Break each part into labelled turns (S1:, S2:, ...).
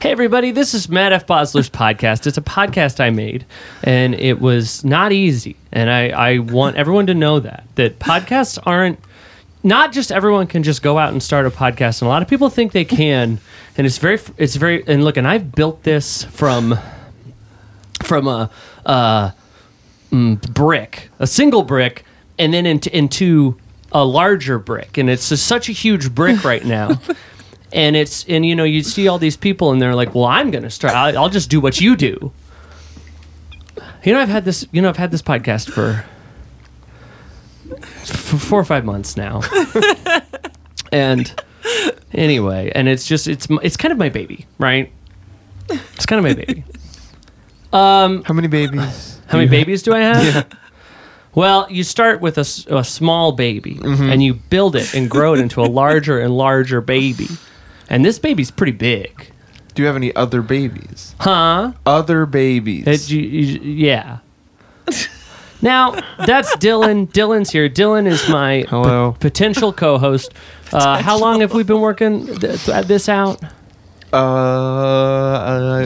S1: Hey, everybody, this is Matt F. Bosler's podcast. It's a podcast I made, and it was not easy. And I, I want everyone to know that, that podcasts aren't, not just everyone can just go out and start a podcast. And a lot of people think they can. And it's very, it's very, and look, and I've built this from, from a, uh, brick, a single brick, and then into, into a larger brick, and it's just such a huge brick right now. and it's and you know you see all these people, and they're like, "Well, I'm gonna start. I'll, I'll just do what you do." You know, I've had this. You know, I've had this podcast for for four or five months now, and anyway, and it's just it's m- it's kind of my baby, right? It's kind of my baby.
S2: How many babies?
S1: How many babies do I have? Well, you start with a, s- a small baby and you build it and grow it into a larger and larger baby. And this baby's pretty big.
S2: Do you have any other babies?
S1: Huh?
S2: Other babies.
S1: It- you- you- yeah. now, that's Dylan. Dylan's here. Dylan is my p-
S2: Hello.
S1: potential co host. Uh, how long have we been working th- th- this out?
S2: uh,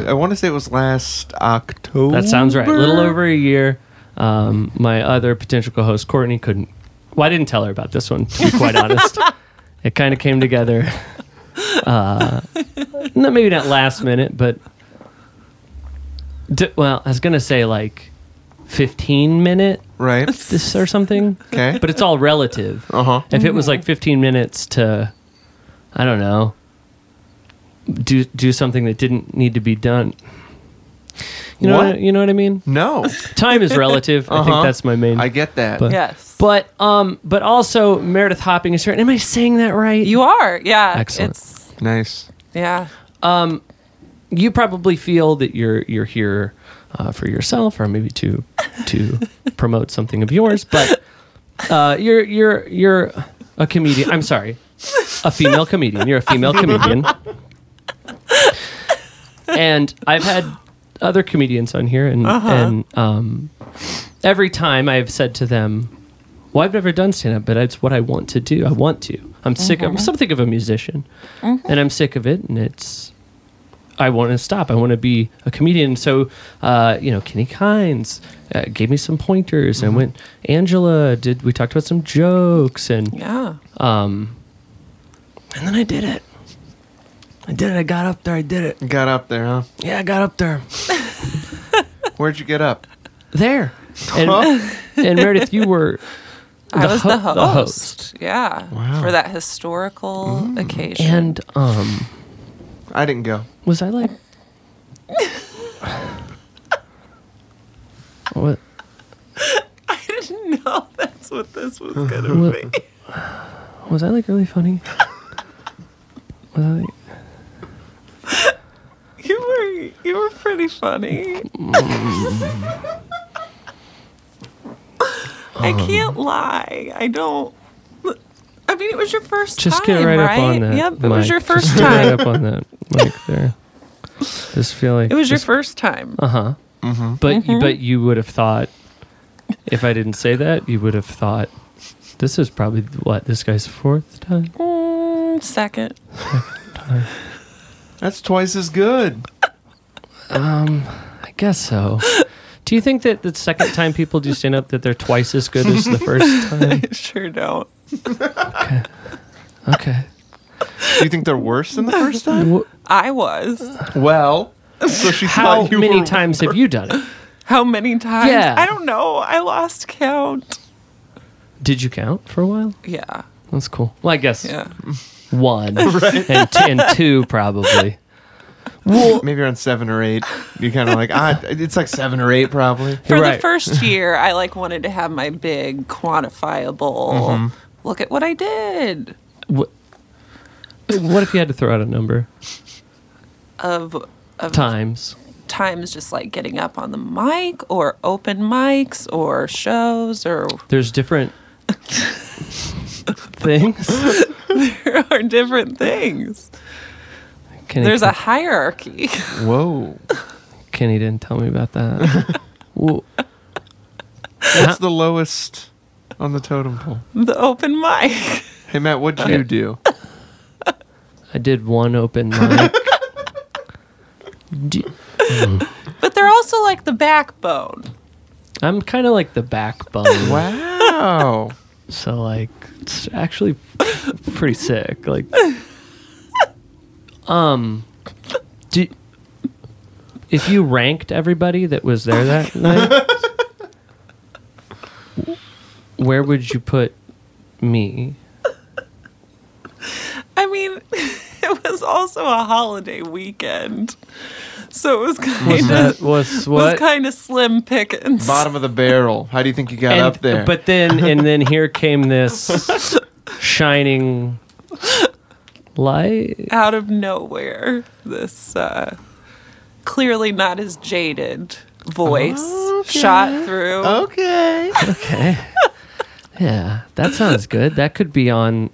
S2: I, I want to say it was last October.
S1: That sounds right. A little over a year. Um, my other potential co-host Courtney couldn't. Well, I didn't tell her about this one. To be quite honest, it kind of came together. Uh, no, maybe not last minute, but d- well, I was gonna say like fifteen minute
S2: Right.
S1: this or something,
S2: Okay.
S1: but it's all relative.
S2: uh huh.
S1: If it was like fifteen minutes to, I don't know, do do something that didn't need to be done. You know,
S2: What?
S1: what- you know what I mean
S2: No,
S1: time is relative. I think
S2: Uh-huh.
S1: that's my main.
S2: I get that.
S1: But-
S3: Yes.
S1: but um, but also Meredith Hopping is here. Am I saying that right?
S3: you are. Yeah.
S1: Excellent.
S3: It's
S2: nice.
S3: yeah.
S1: you probably feel that you're you're here uh, for yourself, or maybe to to promote something of yours. But uh, you're you're you're a comedian. I'm sorry, a female comedian. You're a female comedian. And I've had other comedians on here, and and um, every time I've said to them, "Well, I've never done stand up, but it's what I want to do. I want to. I'm sick. of I'm something of a musician, and I'm sick of it, and it's." I want to stop. I want to be a comedian. So, uh, you know, Kenny Kines uh, gave me some pointers, and went Angela. Did we talked about some jokes, and
S3: Yeah.
S1: and then I did it. I did it. I got up there. I did it.
S2: Got up there, huh?
S1: Yeah, I got up there.
S2: Where'd you get up?
S1: There. And,
S2: Huh?
S1: and Meredith, you were
S3: I was the,
S1: ho-
S3: host.
S1: the
S3: Yeah.
S2: Wow.
S3: For that historical occasion.
S1: Mm. and um,
S2: I didn't go.
S1: was I like? what?
S3: I didn't know that's what this
S1: Uh-huh.
S3: was gonna
S1: Well-
S3: be.
S1: Was I like really funny? Was I like?
S3: You were you were pretty funny.
S1: Mm.
S3: I
S1: Um.
S3: can't lie. I don't. I mean, it was your first
S1: Just
S3: time,
S1: get right,
S3: right?
S1: up on that.
S3: Yep, it
S1: mic.
S3: was your first
S1: Just Get
S3: time.
S1: right up on that mic there. Just feel like
S3: It was your
S1: just-
S3: first time.
S1: Uh-huh. But You, but you would have thought if I didn't say that, you would have thought this is probably what this guy's fourth time.
S3: Mm, second.
S2: That's twice as good.
S1: I guess so. Do you think that the second time people do stand up that they're twice as good as the first time?
S3: Sure don't.
S1: Okay.
S2: Do you think they're worse than the first time?
S1: Wh-
S3: I was.
S2: Well, so she
S1: How
S2: thought you
S1: many
S2: were-
S1: times have you done it?
S3: How many times?
S1: Yeah.
S3: I don't know. I lost count.
S1: Did you count for a while?
S3: Yeah.
S1: That's cool. Well, I guess
S3: Yeah.
S1: one and, t- and two probably. Well,
S2: Maybe around seven or eight. You're kind of like, ah, it's like seven or eight probably.
S3: For
S1: Right.
S3: the first year, I like wanted to have my big quantifiable look at what I did
S1: What, what if you had to throw out a number
S3: of of
S1: times?
S3: times just like getting up on the mic or open mics or shows or,
S1: There's different things.
S3: or different things.
S1: Kenny,
S3: There's a hierarchy.
S2: Whoa.
S1: Kenny didn't tell me about that. Well,
S2: What's the lowest on the totem pole?
S3: the open mic.
S2: Hey, Matt, what'd you do?
S1: I did one open mic.
S3: But they're also like the backbone.
S1: I'm kind of like the backbone.
S2: Wow.
S1: So like it's actually pretty sick. Like um do, if you ranked everybody that was there that night where would you put me?
S3: I mean, it was also a holiday weekend. So it was
S1: Was
S3: kind of
S1: that was
S3: was
S1: what?
S3: kind of slim pickings.
S2: Bottom of the barrel. How do you think you got
S1: And-
S2: up there?
S1: But then and then here came this shining light.
S3: out of nowhere. This uh, clearly not as jaded voice shot through.
S2: Oh. okay.
S1: Okay. yeah, that sounds good. That could be on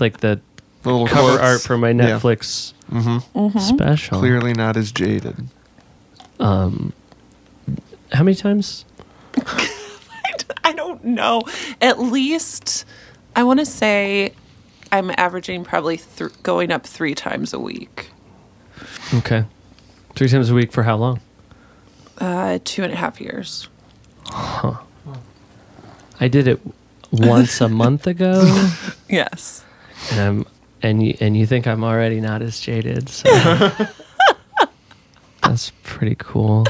S1: like the
S2: Little
S1: cover
S2: quotes.
S1: art for my
S2: Yeah. Mm-hmm.
S1: Netflix special.
S2: Clearly not as jaded.
S1: How many times?
S3: I don't know. At least I want to say I'm averaging probably thr going up three times a week,
S1: Okay. Three times a week for how long?
S3: uh, two and a half years.
S1: I did it once a month ago,
S3: Yes.
S1: and I'm Um, and you and you think I'm already not as jaded. So that's pretty cool.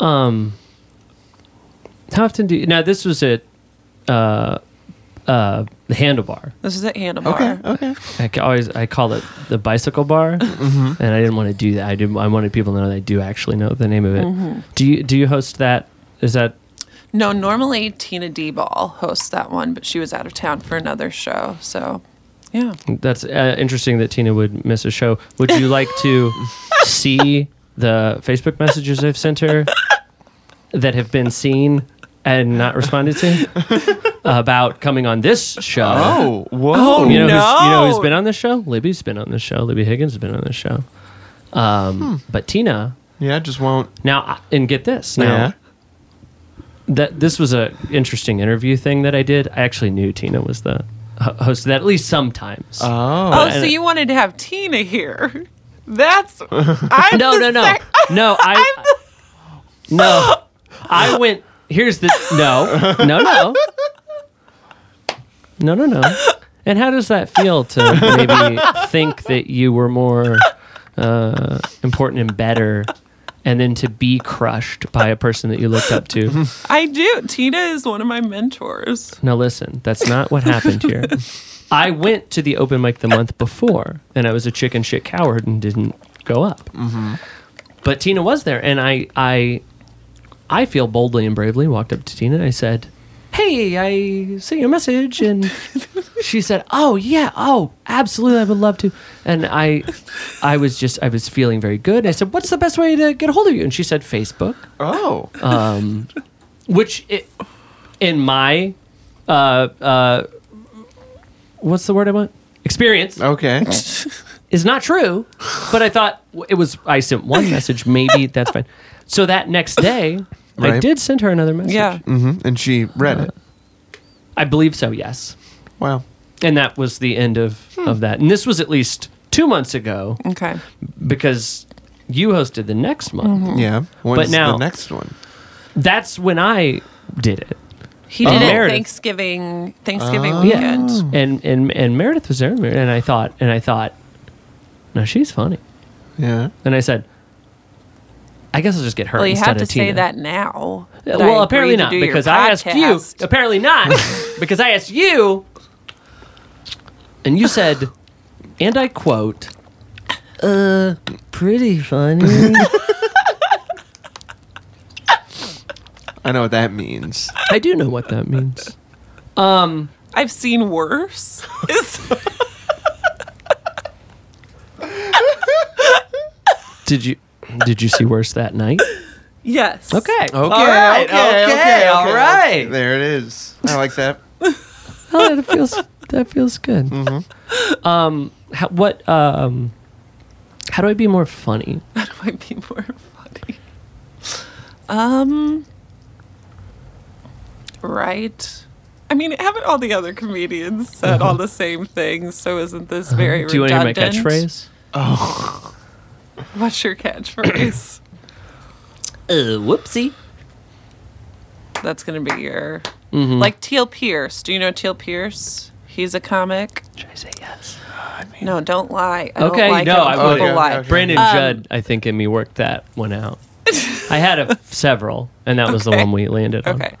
S1: Um, how often do you, now? This was at uh, uh, the handlebar.
S3: This is at Handlebar.
S2: Okay. Okay.
S1: I ca- always I call it the bicycle bar, and I didn't want to do that. I did. I wanted people to know that I do actually know the name of it. Do you do you host that? Is that
S3: No, normally Tina D Ball hosts that one, but she was out of town for another show. So, yeah.
S1: that's uh, interesting that Tina would miss a show? Would you like to see the Facebook messages I've sent her that have been seen and not responded to about coming on this show?
S2: Oh, whoa.
S3: Oh,
S1: You know, who's, you know who's
S3: No.
S1: been on this show? Libby's been on this show. Libby Higgins has been on this show. Um, But Tina
S2: Yeah, just won't.
S1: Now, I- and get this. Now,
S2: Yeah.
S1: that this was a interesting interview thing that I did. I actually knew Tina was the ho- host of that at least sometimes.
S2: Oh.
S3: Oh, so you wanted to have Tina here? That's I'm
S1: no, no,
S3: the
S1: no,
S3: sec-
S1: no. I no. I went. Here's the no, no, no, no, no, no. And how does that feel to maybe think that you were more uh, important and better, and then to be crushed by a person that you looked up to?
S3: I do. Tina is one of my mentors.
S1: Now listen, that's not what happened here. I went to the open mic the month before, and I was a chicken shit coward and didn't go up. But Tina was there, and I, I, I feel boldly and bravely walked up to Tina. and I said, "Hey, I sent you a message," and she said, "Oh yeah, oh absolutely, I would love to." And I, I was just, I was feeling very good. I said, "What's the best way to get a hold of you?" And she said, "Facebook."
S2: Oh.
S1: Uh, which it, in my uh uh what's the word i want experience
S2: Okay.
S1: is not true but i thought w- it was i sent one message maybe that's fine so that next day i
S2: Right.
S1: did send her another message
S3: Yeah.
S2: hmm And she read
S1: uh,
S2: it.
S1: i believe so yes
S2: Wow.
S1: and that was the end of of that and this was at least two months ago
S3: Okay.
S1: because you hosted the next month
S2: Yeah. When's
S1: now-
S2: the next one?
S1: that's when i did it
S3: He did it
S1: Meredith.
S3: Thanksgiving Thanksgiving
S1: Oh.
S3: weekend.
S1: and and and meredith was there and i thought and i thought no she's funny
S2: Yeah.
S1: And I said, I guess I'll just get her
S3: Well, you
S1: instead
S3: had to
S1: of Tina.
S3: say that now. that I
S1: well,
S3: agreed
S1: apparently
S3: to
S1: not
S3: do your
S1: because I asked you.
S3: podcast.
S1: Apparently not because I asked you, and you said, and I quote, "Uh, pretty funny."
S2: I know what that means.
S1: I do know what that means.
S3: I've seen worse. Is-
S1: Did you did you see worse that night?
S3: yes.
S1: Okay.
S2: Okay.
S1: right,
S2: okay,
S1: okay,
S2: okay,
S1: all
S2: okay.
S1: right.
S2: There it is. I like that.
S1: Oh, that feels that feels good. Um,
S3: Mm-hmm.
S1: how, what um, how do I be more funny?
S3: might be more funny. Um, right. I mean, haven't all the other comedians said all
S1: Uh-huh.
S3: the same things? So isn't this very
S1: do you want to hear my
S3: redundant?
S1: catchphrase?
S3: What's your catchphrase?
S4: Uh, whoopsie.
S3: That's gonna be your
S1: Mm-hmm.
S3: like Teal Pierce. Do you know Teal Pierce? He's a comic.
S1: Should I say yes?
S3: No, don't lie. I
S1: Okay,
S3: don't like Um,
S1: no,
S3: it when
S1: I would.
S3: people
S2: yeah,
S3: lie.
S2: okay.
S1: Brandon Judd, I think, and me worked that one out. I had a, several, and that was the
S3: Okay.
S1: one we landed on.
S3: Okay.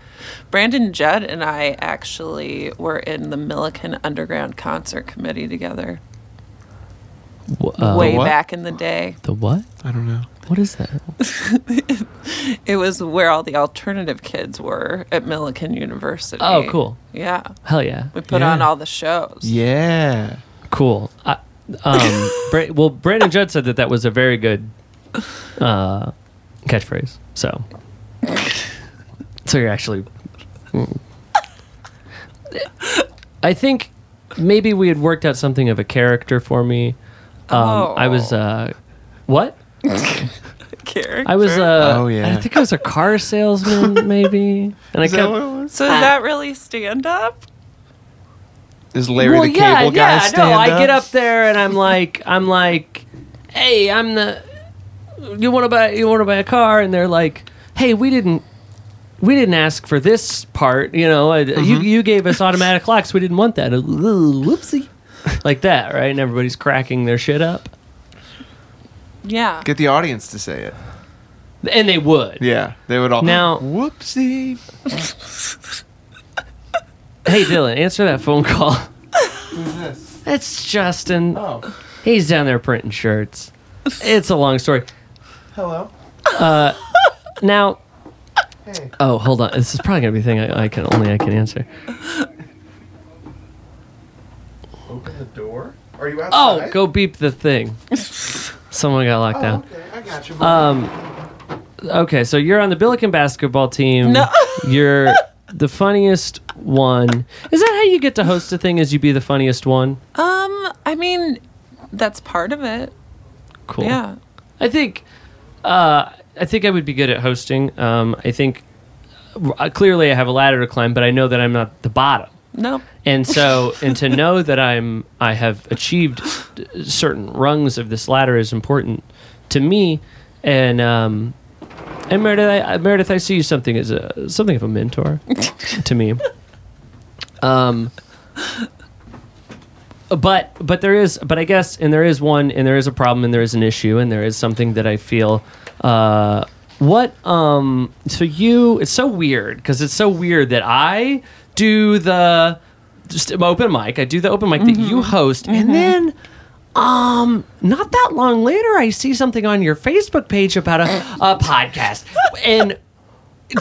S3: Brandon Judd and I actually were in the Milliken Underground Concert Committee together
S1: Wh- uh,
S3: way
S2: what?
S3: back in the day.
S1: The what?
S2: I don't know.
S1: What is that?
S3: It was where all the alternative kids were at Milliken University.
S1: Oh, cool.
S3: Yeah.
S1: Hell yeah.
S3: We put
S2: Yeah.
S3: on all the shows.
S2: Yeah.
S1: Cool. I, um, Bra- well, Brandon Judd said that that was a very good uh, catchphrase. So, so you're actually. mm. I think maybe we had worked out something of a character for me. Um, I was
S3: Oh.
S1: uh, what?
S3: Character.
S1: I was uh,
S2: Oh, yeah.
S1: I think I was a car salesman, maybe. And I
S2: Is that
S1: kept.
S2: what it was?
S3: so is that really stand up?
S2: Is Larry the Cable Guy stand
S1: no,
S2: up?
S1: I get up there and I'm like, I'm like, hey, I'm the. You want to buy? You want to buy a car? And they're like, hey, we didn't. We didn't ask for this part, you know. uh,
S2: Mm-hmm.
S1: You, you gave us automatic locks. We didn't want that. Uh, Whoopsie, like that, right? And everybody's cracking their shit up,
S3: Yeah.
S2: Get the audience to say it.
S1: and they would.
S2: Yeah, they would all.
S1: Now-
S2: whoopsie.
S1: Hey, Dylan, answer that phone call.
S2: Who's this?
S1: It's Justin.
S2: Oh,
S1: He's down there printing shirts. It's a long story.
S2: hello.
S1: Now,
S2: Hey.
S1: Oh, hold on. This is probably gonna be a thing I, I can only I can answer.
S2: Open the door. Are you
S1: Oh, go beep the thing. Someone got locked down. Uh,
S2: okay, I got you.
S1: Okay, so you're on the Billiken basketball team.
S3: No.
S1: You're the funniest one. Is that how you get to host a thing? Is you be the funniest one?
S3: Um, I mean, that's part of it.
S1: Cool.
S3: Yeah.
S1: I think, uh, I think I would be good at hosting. Um, I think uh, clearly I have a ladder to climb, but I know that I'm not the bottom.
S3: No.
S1: and so and to know that i'm i have achieved certain rungs of this ladder is important to me and um and meredith i, I- meredith I see you something as a something of a mentor to me um but but there is but i guess and there is one and there is a problem and there is an issue and there is something that i feel uh what um so you it's so weird because it's so weird that i do the just an open mic i do the open mic that you host and then um not that long later i see something on your facebook page about a, a podcast and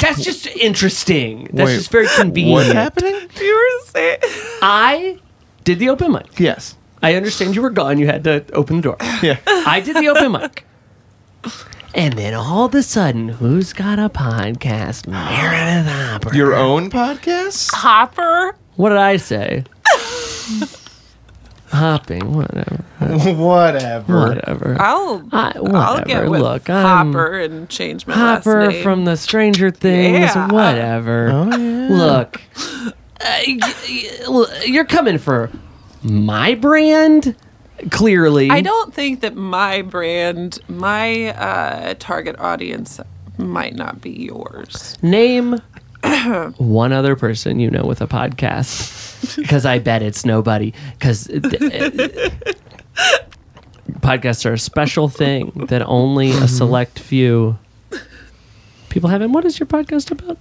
S1: that's just interesting that's
S2: Wait,
S1: just very convenient
S2: What's happening?
S3: You were saying
S1: i did the open mic
S2: Yes.
S1: I understand you were gone. You had to open the door.
S2: Yeah.
S1: I did the open mic. And then all of a sudden, who's got a podcast? Meredith Hopper.
S2: Your own podcast?
S3: Hopper.
S1: What did I say? Hopping, whatever,
S2: Whatever.
S1: whatever.
S3: I'll
S1: I-
S3: I'll
S1: Uh, whatever,
S3: get with
S1: look, I'm-
S3: Hopper and change my last
S1: Hopper
S3: name.
S1: from the Stranger Things,
S3: Yeah.
S1: whatever.
S2: Oh yeah.
S1: Look, uh, y- y- you're coming for my brand, clearly.
S3: I don't think that my brand, my uh, target audience might not be yours.
S1: Name one other person you know with a podcast, because I bet it's nobody. Because podcasts are a special thing that only a select few people have. And what is your podcast about?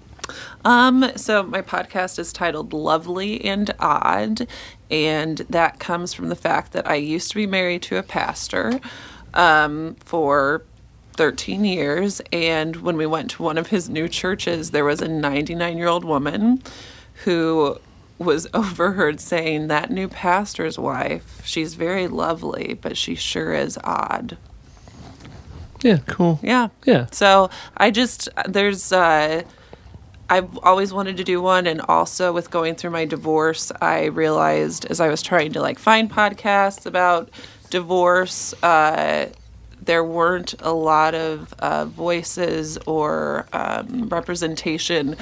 S3: Um, so my podcast is titled Lovely and Odd, and that comes from the fact that I used to be married to a pastor um, for 13 years, and when we went to one of his new churches, there was a 99 year old woman who was overheard saying that new pastor's wife, she's very lovely, but she sure is odd.
S1: Yeah,
S2: Cool.
S3: Yeah.
S1: Yeah.
S3: So I just there's uh I've always wanted to do one and also with going through my divorce, I realized as I was trying to like find podcasts about divorce, uh there weren't a lot of uh, voices or um, representation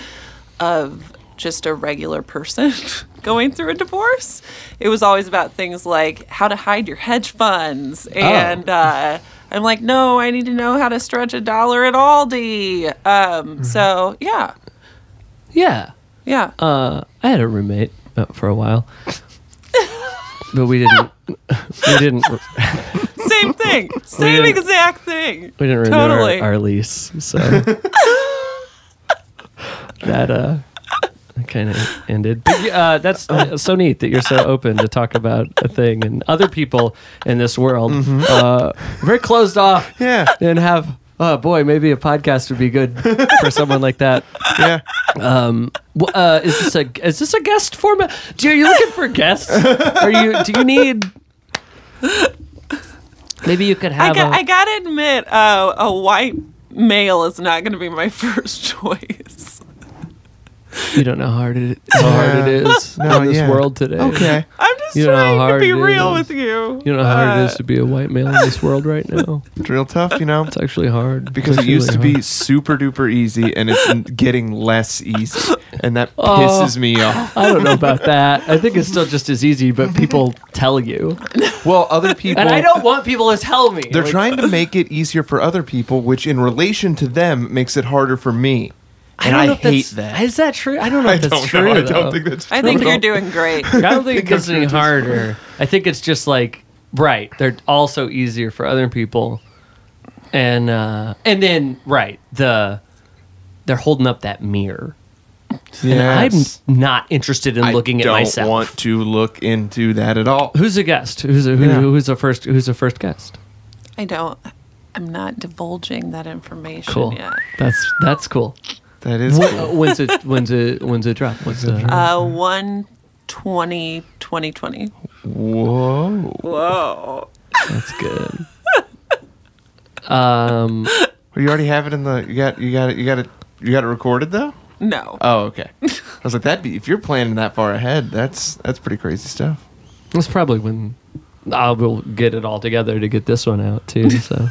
S3: of just a regular person going through a divorce.
S1: Oh.
S3: It was always about things like how to hide your hedge funds and uh, I'm like, no, I need to know how to stretch a dollar at Aldi.
S1: Mm-hmm.
S3: Um, so yeah,
S1: Yeah.
S3: yeah.
S1: Uh, I had a roommate uh, for a while, but we didn't. we didn't.
S3: Same thing. Same
S1: didn't-
S3: exact thing.
S1: We didn't renew our-
S3: totally.
S1: our, lease, so that uh, kind of ended. But, yeah, uh, that's uh, so neat that you're so open to talk about a thing and other people in this world.
S3: Mm-hmm.
S1: Uh, very closed off.
S2: Yeah.
S1: And have oh boy, maybe a podcast would be good for someone like that.
S2: Yeah.
S1: Wh- Uh, is this a is this a guest format? Do you, are you looking for guests? Are you do you need? Maybe you could
S3: I,
S1: have.
S3: got,
S1: a-
S3: I gotta admit, uh, a white male is not gonna be my first choice.
S1: You don't know how hard it, how hard it is
S2: No,
S1: in this
S2: yeah.
S1: world today.
S2: Okay.
S3: I'm just
S1: You know how
S3: trying to
S1: hard
S3: be
S1: it
S3: real
S1: is.
S3: with you.
S1: You know how hard it
S3: Uh,
S1: is to be a white male in this world right now.
S2: It's real tough, you know?
S1: It's actually hard
S2: Because it
S1: It's
S2: used to
S1: really
S2: be super duper easy and it's n- getting less easy. And that
S1: Oh.
S2: pisses me off.
S1: hard. I don't know about that. I think it's still just as easy, but people tell you,
S2: Well, other people.
S1: and I don't want people to tell me.
S2: They're
S1: Like,
S2: trying to make it easier for other people, which in relation to them makes it harder for me. And
S1: don't
S2: I,
S1: know if
S2: hate
S1: that's-
S2: that.
S1: Is that true? I don't know
S2: I
S1: if that's
S2: don't
S1: true.
S2: know. I
S1: though.
S2: don't think that's true.
S3: I think
S2: at all.
S3: you're doing great.
S1: I don't think it gets any harder. I think it's just like right. They're also easier for other people, and uh, and then right the they're holding up that mirror.
S2: Yes.
S1: I'm not interested in
S2: I
S1: looking at
S2: don't
S1: myself.
S2: want to look into that at all.
S1: who's a guest? Who's a, who,
S2: Yeah.
S1: who's a first? Who's a first guest?
S3: I don't. I'm not divulging that information
S1: Cool.
S3: yet.
S1: That's that's cool.
S2: That is
S1: Wh-
S2: cool.
S1: when's it? When's it? When's it drop? When's the?
S3: Uh, 120, 2020.
S2: Whoa.
S3: Whoa.
S1: that's good.
S2: Well, you already have it in the you got you got it you got it you got it recorded though?
S3: No.
S1: Uh,
S2: Oh, okay. I was like that'd be if you're planning that far ahead, that's that's pretty crazy stuff.
S1: That's probably when I will get it all together to get this one out too. So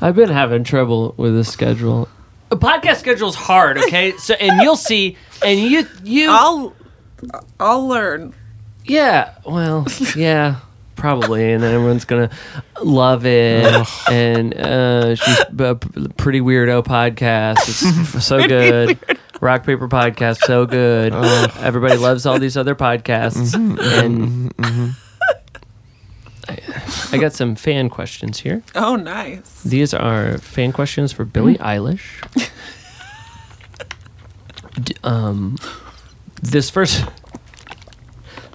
S1: I've been having trouble with the schedule. A podcast schedule's hard, okay? So and you'll see, and you you
S3: I'll I'll learn.
S1: yeah, well yeah. Probably, and everyone's gonna love it. and uh, she's a p- pretty weirdo podcast. It's so good. Rock paper podcast, so good. Everybody loves all these other podcasts. and I, I got some fan questions here.
S3: Oh, nice.
S1: These are fan questions for Billie Eilish. D- um, this first,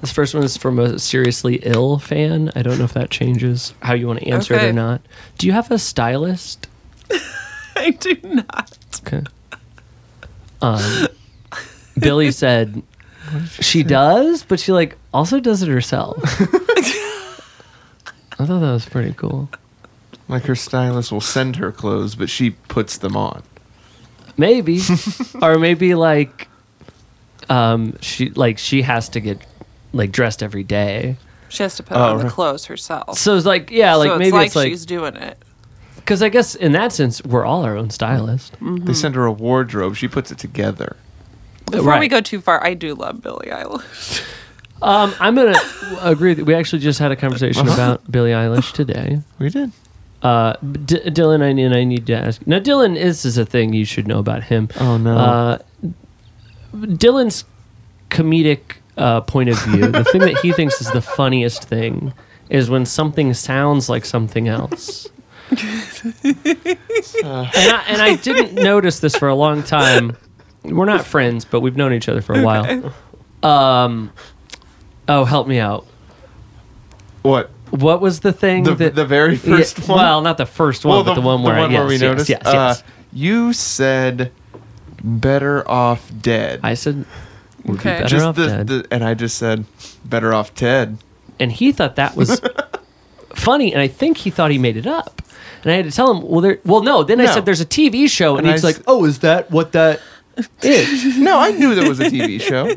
S1: this first one is from a seriously ill fan. I don't know if that changes how you want to answer it
S3: Okay.
S1: or not. Do you have a stylist?
S3: I do not.
S1: Okay. Um, Billy said she does, but she like also does it herself. I thought that was pretty cool.
S2: Like her stylist will send her clothes, but she puts them on.
S1: maybe or maybe like um she like she has to get like dressed every day
S3: She has to put
S2: Oh,
S3: on the
S2: right.
S3: clothes herself.
S1: so it's like yeah like
S3: so
S1: maybe
S3: it's like
S1: it's like
S3: she's doing it.
S1: because i guess in that sense we're all our own stylist
S3: Mm.
S2: They send her a wardrobe, she puts it together.
S3: Before we
S1: Uh, right.
S3: go too far, I do love Billie Eilish.
S1: um i'm gonna agree that we actually just had a conversation about billie eilish today
S2: We did.
S1: uh D- dylan i and i need to ask now dylan is is a thing you should know about him
S2: Oh, no.
S1: uh dylan's comedic uh, point of view, the thing that he thinks is the funniest thing is when something sounds like something else. and, I, and I didn't notice this for a long time. We're not friends, but we've known each other for a while. Um, oh, help me out.
S2: What?
S1: What was the thing?
S2: The-
S1: that,
S2: the very first one?
S1: Well, not the first one, but the, one where, I- yes, yes, Yes, yes.
S2: Uh, you said better off dead.
S1: I said, would
S3: Okay.
S1: be better
S2: just
S1: off
S2: the,
S1: dead.
S2: the and I just said better off Ted.
S1: and he thought that was funny, and I think he thought he made it up. And I had to tell him, well, there, well, no. Then I
S2: No.
S1: said, there's a TV show, and,
S2: And I
S1: he's
S2: s-
S1: like, oh, is that what that is?
S2: No, I knew there was a TV show.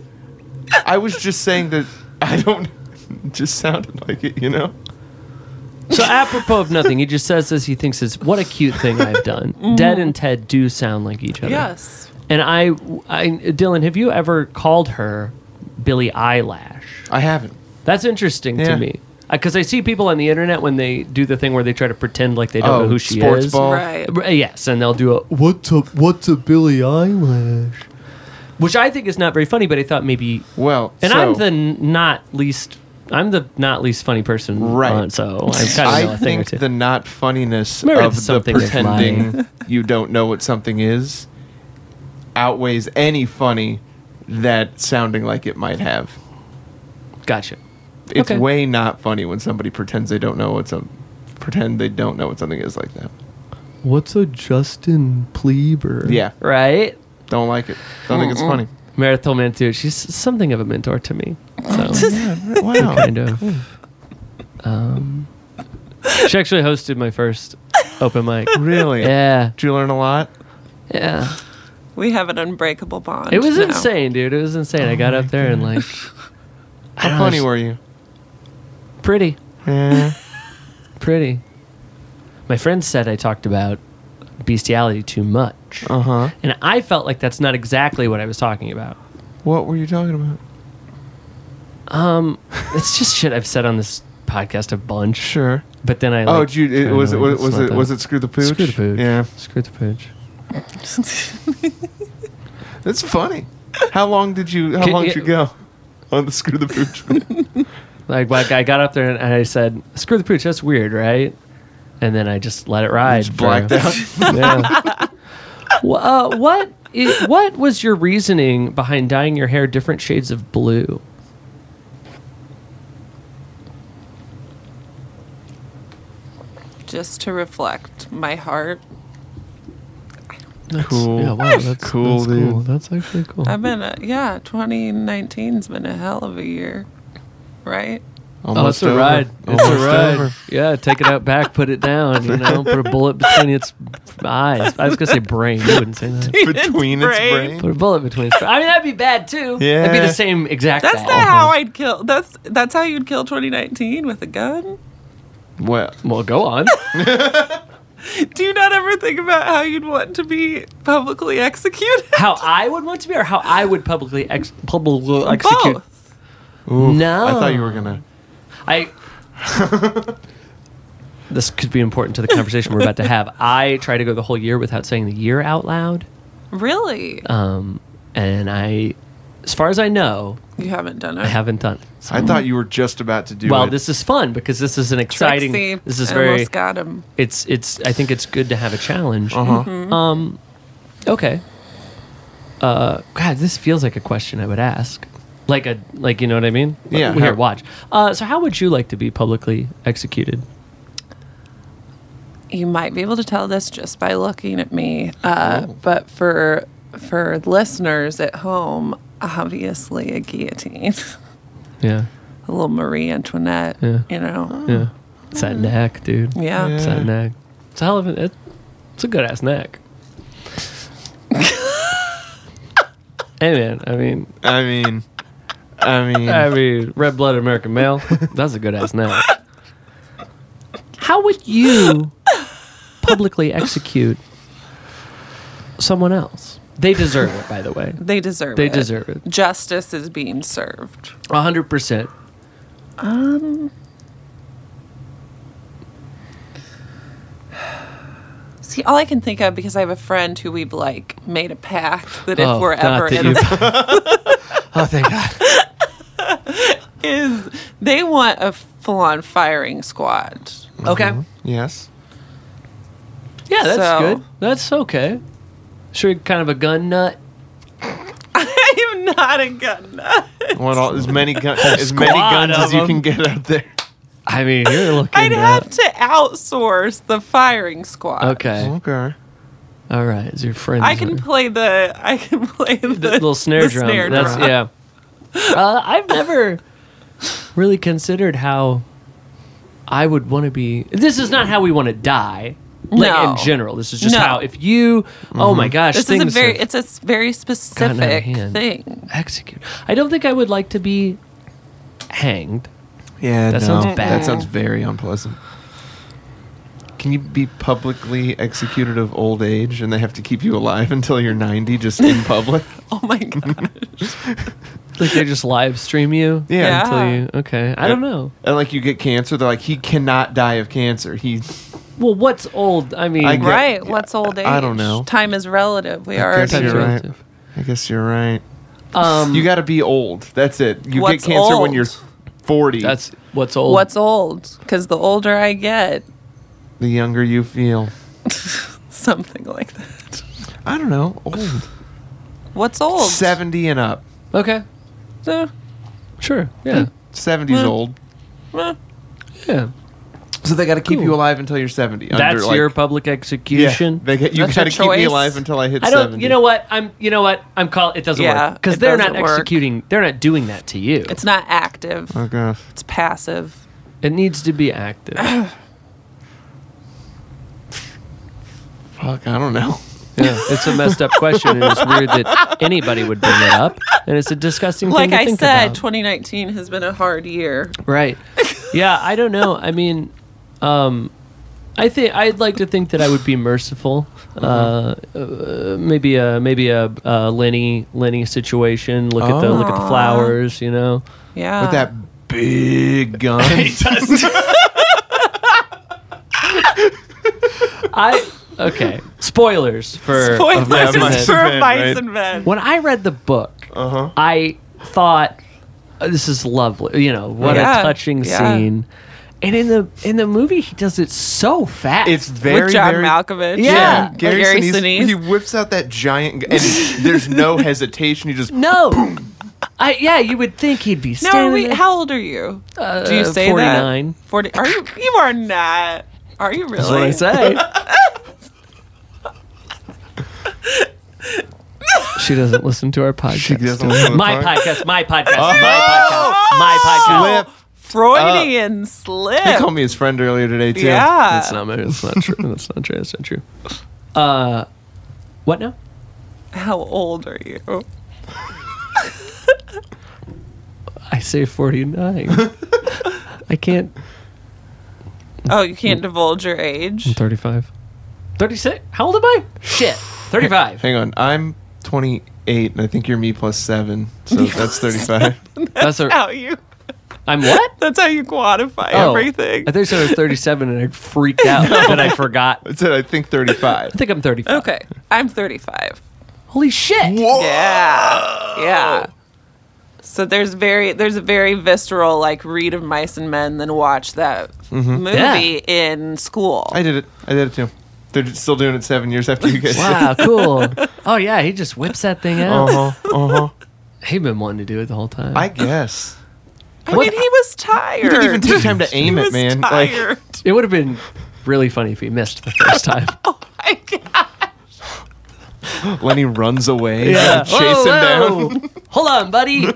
S2: I was just saying that I don't. it Just sounded like it, you know.
S1: so apropos of nothing, he just says this. He thinks it's what a cute thing I've done. Dead and Ted do sound like each other.
S3: Mm. Yes.
S1: And I, I, Dylan, have you ever called her Billie Eyelash?
S2: I haven't.
S1: That's interesting
S2: Yeah.
S1: to me. because I see people on the internet when they do the thing where they try to pretend like they don't
S2: Oh,
S1: know who she
S2: sports
S1: is. Eh,
S2: ball.
S3: Right.
S1: R- Yes, and they'll do a what's a what's a Billie Eilish, which I think is not very funny. But I thought maybe,
S2: Well,
S1: and
S2: so
S1: I'm the n- not least. I'm the not least funny person,
S2: Right.
S1: on, so I kind of know
S2: I
S1: a thing or
S2: think
S1: two.
S2: the not funniness
S1: Meredith
S2: of the
S1: something is
S2: pretending you don't know what something is outweighs any funny that sounding like it might have.
S1: gotcha.
S2: It's
S1: Okay.
S2: way not funny when somebody pretends they don't know what some pretend they don't know what something is like that.
S1: What's a Justin Pleber?
S2: Yeah.
S1: right.
S2: Don't like it. Don't think it's funny.
S1: Meredith told me too. She's something of a mentor to me. So
S2: Wow.
S1: kind of. Um, she actually hosted my first open mic.
S2: Really?
S1: Yeah,
S2: Did you learn a lot?
S1: yeah.
S3: We have an unbreakable bond.
S1: It was
S3: now.
S1: insane, dude. It was insane.
S2: Oh
S1: I got up there and like, I
S2: How
S1: don't know,
S2: funny
S1: it's
S2: were you?
S1: pretty,
S2: Yeah.
S1: pretty. My friends said I talked about bestiality too much,
S2: Uh huh.
S1: and I felt like that's not exactly what I was talking about.
S2: What were you talking about?
S1: It's just shit I've said on this podcast a bunch,
S2: Sure.
S1: but then I
S2: Oh,
S1: like,
S2: did you, it,
S1: kinda
S2: was it
S1: like,
S2: was,
S1: it's
S2: was
S1: not
S2: it
S1: that-
S2: was it screw the pooch?
S1: Screw the pooch.
S2: Yeah,
S1: Screw the pooch.
S2: that's funny. How long did you? How
S1: Can-
S2: long did
S1: yeah.
S2: you go on the screw the pooch? one?
S1: Like, like I got up there and I said, "Screw the pooch." That's weird, right? And then I just let it ride.
S2: Just
S1: for-
S2: blacked out.
S1: yeah. Wha- uh, what i- what was your reasoning behind dyeing your hair different shades of blue?
S3: Just to reflect my heart.
S2: Cool.
S5: Yeah, wow, that's cool, that's cool.
S2: Cool, dude.
S5: That's actually cool.
S3: I've been, a, yeah, 2019's been a hell of a year, right?
S2: Almost
S1: oh, it's a
S2: over.
S1: ride. It's
S2: Almost
S1: a ride.
S2: over.
S1: Yeah, take it out back, put it down. You know, put a bullet between its eyes. I was gonna say brain. You wouldn't say that.
S2: Between its brain.
S1: Put a bullet between its. I mean, that'd be bad too. that'd be
S2: Yeah.
S1: the same exact.
S3: That's
S1: thing. Uh-huh.
S3: not how I'd kill. That's that's how you'd kill 2019 with a gun.
S2: Well,
S1: Well, go on.
S3: Do you not ever think about how you'd want to be publicly executed?
S1: How I would want to be, or how I would publicly ex- publicly execute.
S3: Both.
S2: oof,
S1: No.
S2: I thought you were gonna.
S1: Oh. I. this could be important to the conversation we're about to have. I try to go the whole year without saying the year out loud.
S3: Really?
S1: Um, and I, as far as I know,
S3: you haven't done it.
S1: I haven't done it.
S2: I thought you were just about to do
S1: well,
S2: it.
S1: this is fun because this is an exciting.
S3: Trixie,
S1: this is
S3: I
S1: very.
S3: Almost got him.
S1: It's it's. I think it's good to have a challenge.
S2: Uh-huh.
S3: Mm-hmm.
S1: Um, okay. Uh, God, this feels like a question I would ask. Like a like, you know what I mean?
S2: Yeah,
S1: Here,
S2: how-
S1: watch. Uh, so how would you like to be publicly executed?
S3: you might be able to tell this just by looking at me. Uh,
S1: Oh.
S3: But for for listeners at home, obviously a guillotine,
S1: Yeah.
S3: a little Marie Antoinette.
S1: Yeah.
S3: You know,
S1: Yeah. It's that neck, dude.
S3: yeah.
S1: It's
S2: Yeah.
S1: that neck. It's a hell of a, it, it's a good ass neck. hey man, I mean,
S2: I mean, I mean,
S1: I mean, red blooded American male. That's a good ass neck. How would you publicly execute someone else? They deserve it, by the way.
S3: They deserve
S1: They
S3: it.
S1: deserve it.
S3: Justice is being served.
S1: A hundred percent.
S3: Um, See, all I can think of because I have a friend who we've like made a pact that if
S1: Oh,
S3: we're
S1: God,
S3: ever
S1: that
S3: in
S1: you-
S5: oh, thank God.
S3: is they want a full on firing squad.
S1: Okay.
S2: yes.
S1: Yeah, that's
S3: So-
S1: good. That's okay. Sure, you're kind of a gun nut.
S3: I am not a gun nut.
S2: Want all as many guns as many
S1: squad
S2: guns
S1: of
S2: as you
S1: them.
S2: can get out there.
S1: I mean, you're looking.
S3: I'd
S1: uh,
S3: have to outsource the firing squad.
S1: Okay.
S2: Okay.
S1: All right. It's your friend.
S3: I can play the I can play the,
S1: the little snare
S3: the
S1: drum.
S3: snare
S1: That's
S3: drum.
S1: yeah. Uh, I've never really considered how I would want to be. This is not how we want to die. Like
S3: No.
S1: in general, this is just
S3: No. Mm-hmm.
S1: how if you. Oh my gosh,
S3: This is
S1: things
S3: a very
S1: have
S3: it's a s- very
S1: gotten out of
S3: specific
S1: hand.
S3: thing.
S1: execute. I don't think I would like to be hanged.
S2: Yeah,
S1: That
S2: no,
S1: sounds bad.
S2: That sounds very unpleasant. Can you be publicly executed of old age and they have to keep you alive until you're 90 just in public?
S3: Oh my god.
S1: Like they just live stream you.
S2: Yeah.
S1: Until you. Okay. I don't
S2: Yep.
S1: know.
S2: And like you get cancer, they're like he cannot die of cancer. He
S1: Well, what's old? I mean,
S2: I guess-
S3: Right. What's old age?
S2: I don't know.
S3: Time is relative. We
S2: I guess
S3: already
S2: you're right.
S1: relative.
S2: I guess you're right.
S1: um,
S2: You got to be old. That's it. You
S3: What's
S2: get cancer when
S3: old?
S2: you're 40.
S1: that's what's old.
S3: what's old because the older I get,
S2: the younger you feel.
S3: something like that.
S2: I don't know. Old.
S3: What's old?
S2: 70 and up.
S1: okay?
S3: Uh,
S1: Sure. Yeah.
S2: 70's
S3: Well,
S2: old.
S3: uh,
S1: Yeah.
S2: So they got to keep
S1: cool.
S2: you alive until you're 70. under,
S1: That's
S2: like-
S1: your public execution.
S2: Yeah, they get, you
S3: That's your
S2: got to keep me
S3: choice.
S2: alive until I hit
S1: I don't.
S2: 70.
S1: You know what? I'm. You know what? I'm call. It doesn't
S3: Yeah,
S1: work because
S3: it
S1: they're not
S3: doesn't work.
S1: executing. They're not doing that to you.
S3: It's not active.
S2: Oh, gosh.
S3: It's passive.
S1: it needs to be active.
S2: Fuck, I don't know.
S1: yeah, it's a messed up question, and it's weird that anybody would bring it up, and it's a disgusting thing
S3: Like
S1: to
S3: I
S1: think
S3: said,
S1: about.
S3: 2019 has been a hard year.
S1: Right. Yeah, I don't know. I mean, um, I think I'd like to think that I would be merciful. Uh, uh, maybe a maybe a, uh Lenny Lenny situation. Look at the look at the
S3: Aw.
S1: flowers. You know.
S3: Yeah.
S2: With that big gun.
S1: I okay. Spoilers for
S3: Spoilers
S2: Mice and Men.
S3: for
S2: Right.
S3: mice and men.
S1: when I read the book.
S2: uh-huh.
S1: I thought "Oh, this is lovely. You know what
S3: Yeah.
S1: a touching
S3: Yeah.
S1: scene. And in the in the movie, he does it so fast.
S2: It's very,
S3: With John
S2: very...
S3: Malkovich.
S1: Yeah.
S3: and
S2: Gary,
S3: Gary
S2: Sinise,
S3: Sinise.
S2: He whips out that giant gun, and there's no hesitation. He just
S1: no. I yeah, you would think he'd be
S3: No,
S1: standing.
S3: wait,
S1: there.
S3: how old are you? Do you
S1: Uh,
S3: say
S1: 49.
S3: that? 49. Are you? You are not. Are you really?
S1: That's what I say. she doesn't listen to our podcast.
S2: She doesn't listen to the
S1: my
S2: podcast?
S1: podcast. My podcast. My podcast. My podcast.
S2: flip.
S3: Freudian slip.
S2: He called me his friend earlier today too.
S3: yeah.
S1: That's not. That's not true. That's not true. That's not true. Uh, what now?
S3: How old are you?
S1: I say 49. I can't.
S3: Oh, you can't divulge your age.
S1: 35. 36? How old am I? Shit. 35.
S2: Hang on, I'm 28, and I think you're me plus seven, so that's 35.
S1: That's a,
S3: How you?
S1: I'm what?
S3: That's how you quantify
S1: Oh.
S3: everything.
S1: I think I was 37 and I freaked out and I forgot. I
S2: I said I think 35.
S1: think I'm 35.
S3: okay, I'm 35.
S1: Holy shit.
S2: Oh!
S3: Yeah, yeah. So there's very there's a very visceral like read of Mice and Men, then watch that movie
S1: Yeah.
S3: in school.
S2: I did it. I did it too. They're just still doing it seven years after you guys.
S1: Wow, cool. Oh, yeah, he just whips that thing out.
S2: Uh huh. Uh huh.
S1: He'd been wanting to do it the whole time.
S2: I guess.
S3: I mean, he was tired.
S2: You didn't even take time to
S3: he
S2: aim
S3: was
S2: it, man. Like,
S3: tired.
S1: it would have been really funny if he missed the first time.
S3: I can't-
S2: Lenny runs away.
S1: Yeah. Oh,
S2: Yeah. Chase him down.
S1: Hold on, buddy.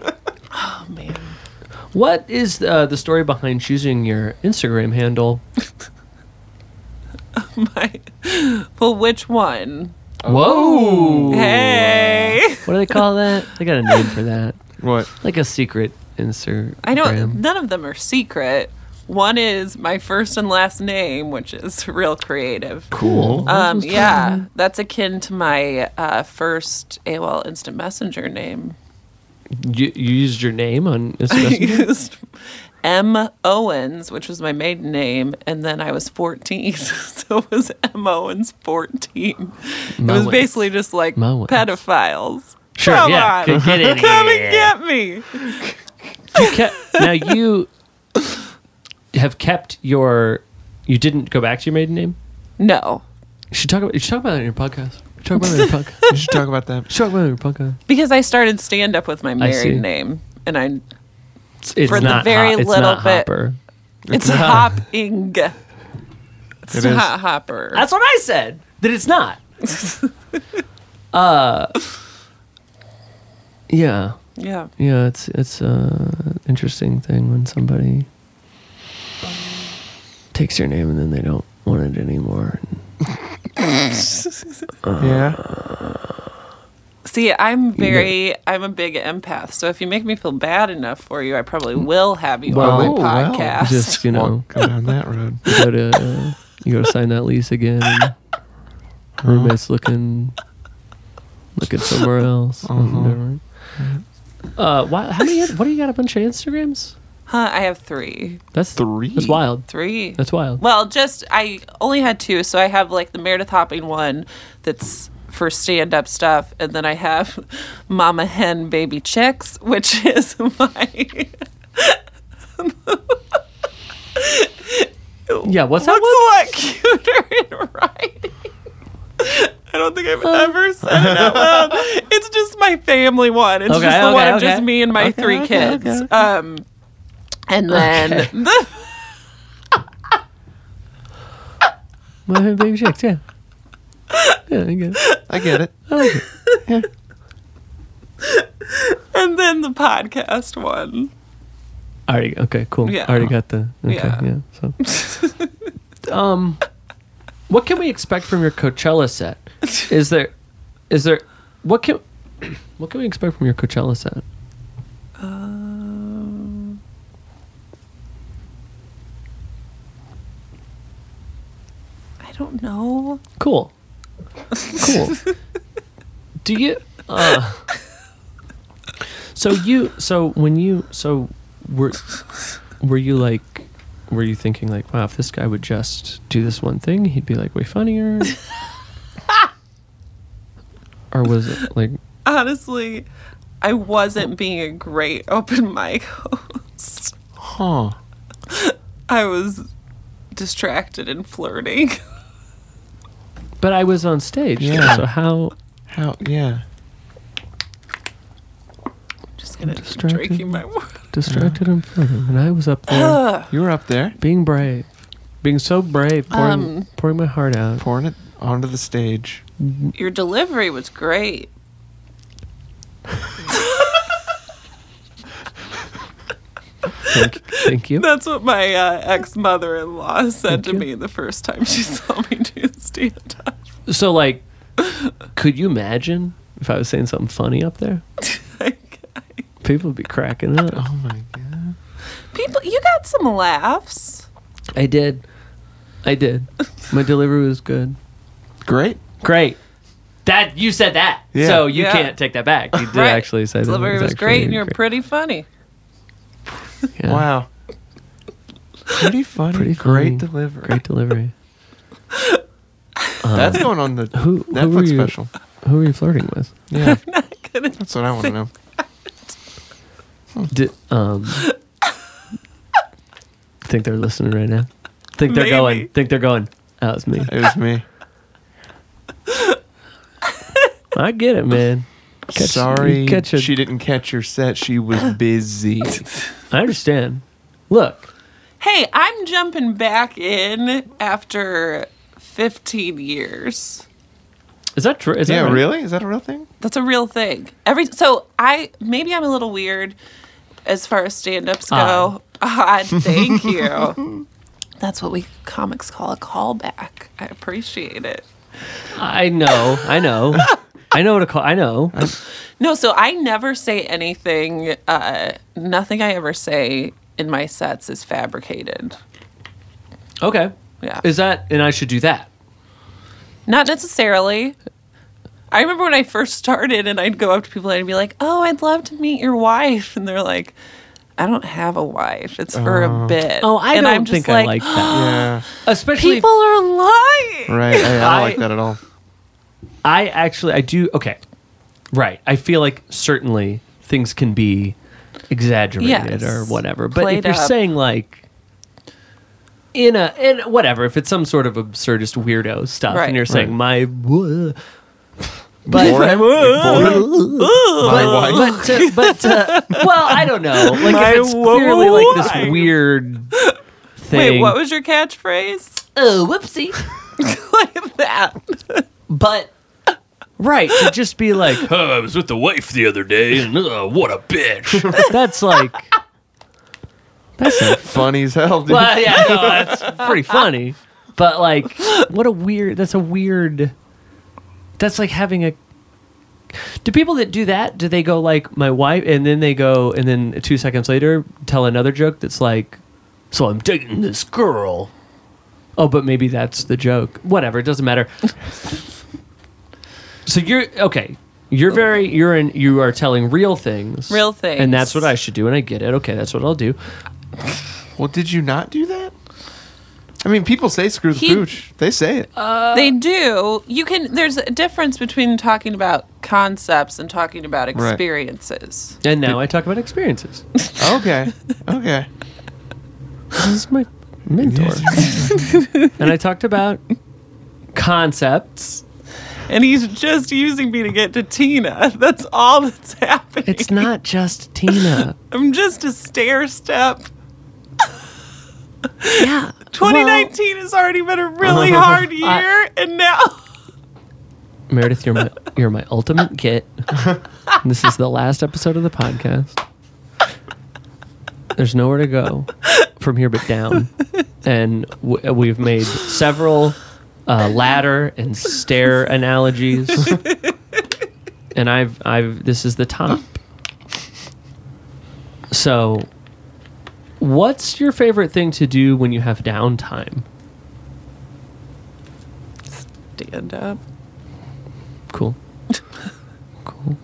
S1: oh, man. What is uh, the story behind choosing your Instagram handle?
S3: my- well, which one?
S1: Whoa.
S3: Hey,
S1: What do they call that? They got a name for that.
S2: What?
S1: Like a secret Instagram.
S3: I don't. None of them are secret. One is my first and last name, which is real creative.
S2: Cool.
S3: Um, yeah, that's akin to my uh, first AOL Instant Messenger name.
S1: You, you used your name on
S3: I
S1: Instagram?
S3: used M Owens, which was my maiden name, and then I was 14, so it was M Owens 14. It was
S1: Mowens.
S3: basically just like
S1: Mowens.
S3: pedophiles.
S1: Sure,
S3: Come
S1: yeah.
S3: on,
S1: Get, get in
S3: come
S1: here.
S3: and get me.
S1: You kept, now, you have kept your. You didn't go back to your maiden name?
S3: No,
S1: You should talk about, you should talk about that in your podcast. You should talk about it in your podcast. You
S2: You should talk about that.
S1: should talk about it in your podcast.
S3: because I started stand up with my
S1: see.
S3: married name, and I
S1: It's, it's
S3: For the
S1: not
S3: very
S1: hop- it's
S3: little
S1: not
S3: bit-
S1: Hopper.
S3: it's hopping. It's
S2: It is.
S3: not hopper.
S1: That's what I said. That it's not. uh, yeah,
S3: yeah.
S1: yeah. It's it's uh, interesting thing when somebody takes your name and then they don't want it anymore.
S2: Yeah.
S3: See, I'm very, I'm a big empath. So if you make me feel bad enough for you, I probably will have you on
S1: Mm. Well,
S3: my
S2: well,
S3: podcast.
S1: Just you know,
S2: Walk- go down that road.
S1: go to uh, you go to sign that lease again. And Uh-huh. roommate's looking looking somewhere else. something different. Uh-huh. Uh, why, how many? What do you got? A bunch of Instagrams?
S3: Huh, I have three.
S1: That's
S2: Three.
S1: That's wild.
S3: Three.
S1: That's wild.
S3: Well, just I only had two, so I have like the Meredith Hopping one that's for stand up stuff, and then I have Mama Hen Baby Chicks, which is my
S1: yeah. What's that? one?
S3: looks a lot cuter in writing. I don't think I've ever said it out loud. It's just my family one. It's
S1: Okay,
S3: just the one
S1: okay,
S3: of just
S1: okay.
S3: me and my three kids. Um, and then the
S1: My baby chicks. Yeah. Yeah, I get it.
S2: I get it.
S1: I like it.
S3: and then the podcast one.
S1: Already okay, cool.
S3: Yeah.
S1: Already got the okay,
S3: Yeah.
S1: yeah. so, um, what can we expect from your Coachella set? Is there, is there, what can, what can we expect from your Coachella set?
S3: Um, I don't know.
S1: Cool, cool. Do you? Uh, so you, so when you, so were, were you like, were you thinking like, wow, if this guy would just do this one thing, he'd be like way funnier? or was it like?
S3: honestly, I wasn't being a great open mic host.
S2: Huh.
S3: I was distracted and flirting.
S1: But I was on stage.
S2: Yeah.
S1: So how?
S2: How? Yeah.
S3: Just gonna keep
S1: Distracted.
S3: drinking my water.
S1: distracted and flirting, and I was up there
S2: You were up there
S1: being brave, being so brave, pouring, pouring my heart out.
S2: pouring it onto the stage.
S3: Your delivery was great.
S1: Thank, thank you.
S3: That's what my uh, ex mother in law
S1: Thank
S3: said to
S1: you.
S3: me the first time she saw me do stand up.
S1: So like, could you imagine if I was saying something funny up there? People would be cracking up.
S2: Oh my god.
S3: People, you got some laughs.
S1: I did, I did. My delivery was good.
S2: Great.
S1: Great. That you said that,
S2: Yeah.
S1: so you
S3: Yeah.
S1: can't take that back. You did
S3: Right.
S1: actually say that. It
S3: Delivery was
S1: actually
S3: great, and you're pretty funny.
S1: Yeah.
S2: Wow. Pretty funny.
S1: Pretty funny.
S2: Great delivery.
S1: Great delivery.
S2: That's going on the
S1: Who- who were
S2: Netflix
S1: you-
S2: special.
S1: Who are you flirting with?
S2: Yeah.
S3: Gonna-
S2: That's what I want to know.
S1: Did, um, think they're listening right now. Think they're
S3: Maybe.
S1: going. Think they're going. That was me.
S2: It was me.
S1: I get it, man. Catch-
S2: Sorry,
S1: catch a-
S2: she didn't catch your set. She was busy.
S1: I understand. Look,
S3: Hey, I'm jumping back in after 15 years.
S1: is that true? Is
S2: yeah,
S1: that right?
S2: really? Is that a real thing?
S3: That's a real thing. Every so I maybe I'm a little weird as far as stand-ups go. Odd, thank you. That's what we comics call a callback. I appreciate it.
S1: I know. I know. I know what to call. I know.
S3: No, so I never say anything. Uh, nothing I ever say in my sets is fabricated.
S1: Okay.
S3: Yeah.
S1: Is that? And I should do that.
S3: Not necessarily. I remember when I first started and I'd go up to people and I'd be like, "Oh, I'd love to meet your wife." And they're like, "I don't have a wife. It's for a bit."
S1: Oh, I
S3: and
S1: don't
S3: I'm just
S1: think I like that.
S2: Yeah.
S1: Especially
S3: People are lying.
S2: Right. I, I don't
S1: I-
S2: like that at all.
S1: I actually I do okay. Right. I feel like certainly things can be exaggerated
S3: Yes.
S1: or whatever. But if
S3: Played
S1: you're
S3: up.
S1: saying like in a in whatever, if it's some sort of absurdist weirdo stuff
S3: Right.
S1: and you're saying my but
S2: Boring? Like, boring? My
S1: but
S2: wife?
S1: to, but to, well, I don't know. Like
S3: My
S1: if it's clearly like
S3: wife.
S1: this weird thing.
S3: Wait, what was your catchphrase?
S4: Oh, whoopsie.
S3: like that.
S1: but right, to just be like
S6: I was with the wife the other day, and uh, what a bitch.
S1: that's like that's not
S2: Funny as hell, dude.
S1: Well, yeah, no, that's pretty funny. But like, what a weird. That's a weird. That's like having a. Do people that do that? Do they go like my wife, and then they go, and then two seconds later tell another joke that's like, so I'm dating this girl. Oh, but maybe that's the joke. Whatever, it doesn't matter. so you're okay. You're very you're in you are telling real things.
S3: Real things.
S1: And that's what I should do and I get it. Okay, that's what I'll do.
S2: Well, did you not do that? I mean, people say screw the
S3: He-
S2: pooch. They say it.
S1: Uh,
S3: they do. You can. There's a difference between talking about concepts and talking about experiences.
S1: And now I talk about experiences.
S2: okay. Okay.
S1: This is my mentor. and I talked about concepts.
S3: And he's just using me to get to Tina. That's all that's happening.
S1: It's not just Tina.
S3: I'm just a stair step.
S1: Yeah.
S3: 2019 has already been a really hard year, and now.
S1: Meredith, you're my you're my ultimate kit. this is the last episode of the podcast. There's nowhere to go from here but down, and w- we've made several uh, ladder and stair analogies, and I've I've this is the top. So, what's your favorite thing to do when you have downtime?
S3: Stand up.
S1: Cool. cool.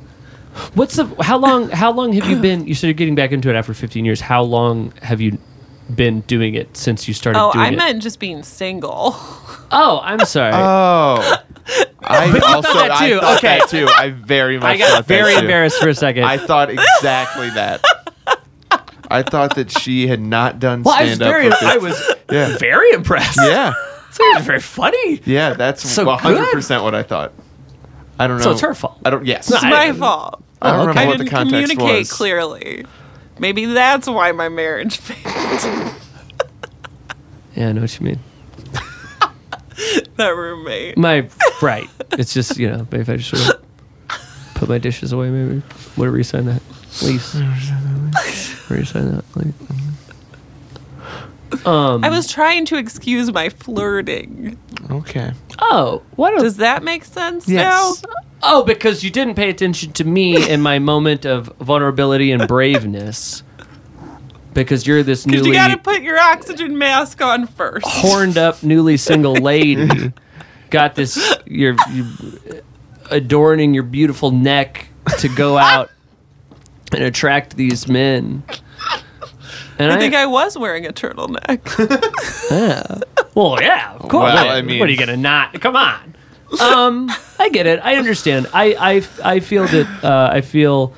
S1: What's the how long how long have you been you said you're getting back into it after 15 years. How long have you been doing it since you started
S3: Oh,
S1: doing
S3: I
S1: it?
S3: meant just being single.
S1: oh, I'm sorry.
S2: Oh. I also
S1: that too.
S2: I thought
S1: Okay.
S2: that too. I very much
S1: I got
S2: thought that
S1: very
S2: too.
S1: embarrassed for a second.
S2: I thought exactly that. I thought that she had not done
S1: well, I was
S2: stand up.
S1: very
S2: for fif-
S1: I was
S2: yeah.
S1: very impressed.
S2: Yeah.
S1: So it was very funny.
S2: Yeah, that's
S1: So
S2: 100% what I thought. I don't know.
S1: So it's her fault.
S2: I don't yes.
S1: No,
S3: It's
S1: I-
S3: my fault.
S2: I don't remember
S3: I
S2: what
S3: didn't
S2: the context
S3: communicate
S2: was.
S3: clearly. Maybe that's why my marriage failed.
S1: Yeah, I know what you mean.
S3: that roommate.
S1: My right. It's just, you know, maybe if I just sort of put my dishes away maybe would have re-signed that lease. re-signed that lease.
S3: I was trying to excuse my flirting.
S2: Okay.
S1: Oh, what a
S3: Does that make sense
S2: Yes.
S3: now?
S1: Oh, because you didn't pay attention to me in my moment of vulnerability and braveness. Because you're this
S3: Because you
S1: newly
S3: got to put your oxygen mask on first.
S1: horned up, newly single lady. got this. You're, you adorning your beautiful neck to go out and attract these men. And
S3: I think I was wearing a turtleneck.
S1: Well, yeah, of course.
S2: Well, I
S1: What-
S2: mean-
S1: what are you gonna not? Come on. Um, I get it. I understand. I I, I feel that. Uh, I feel.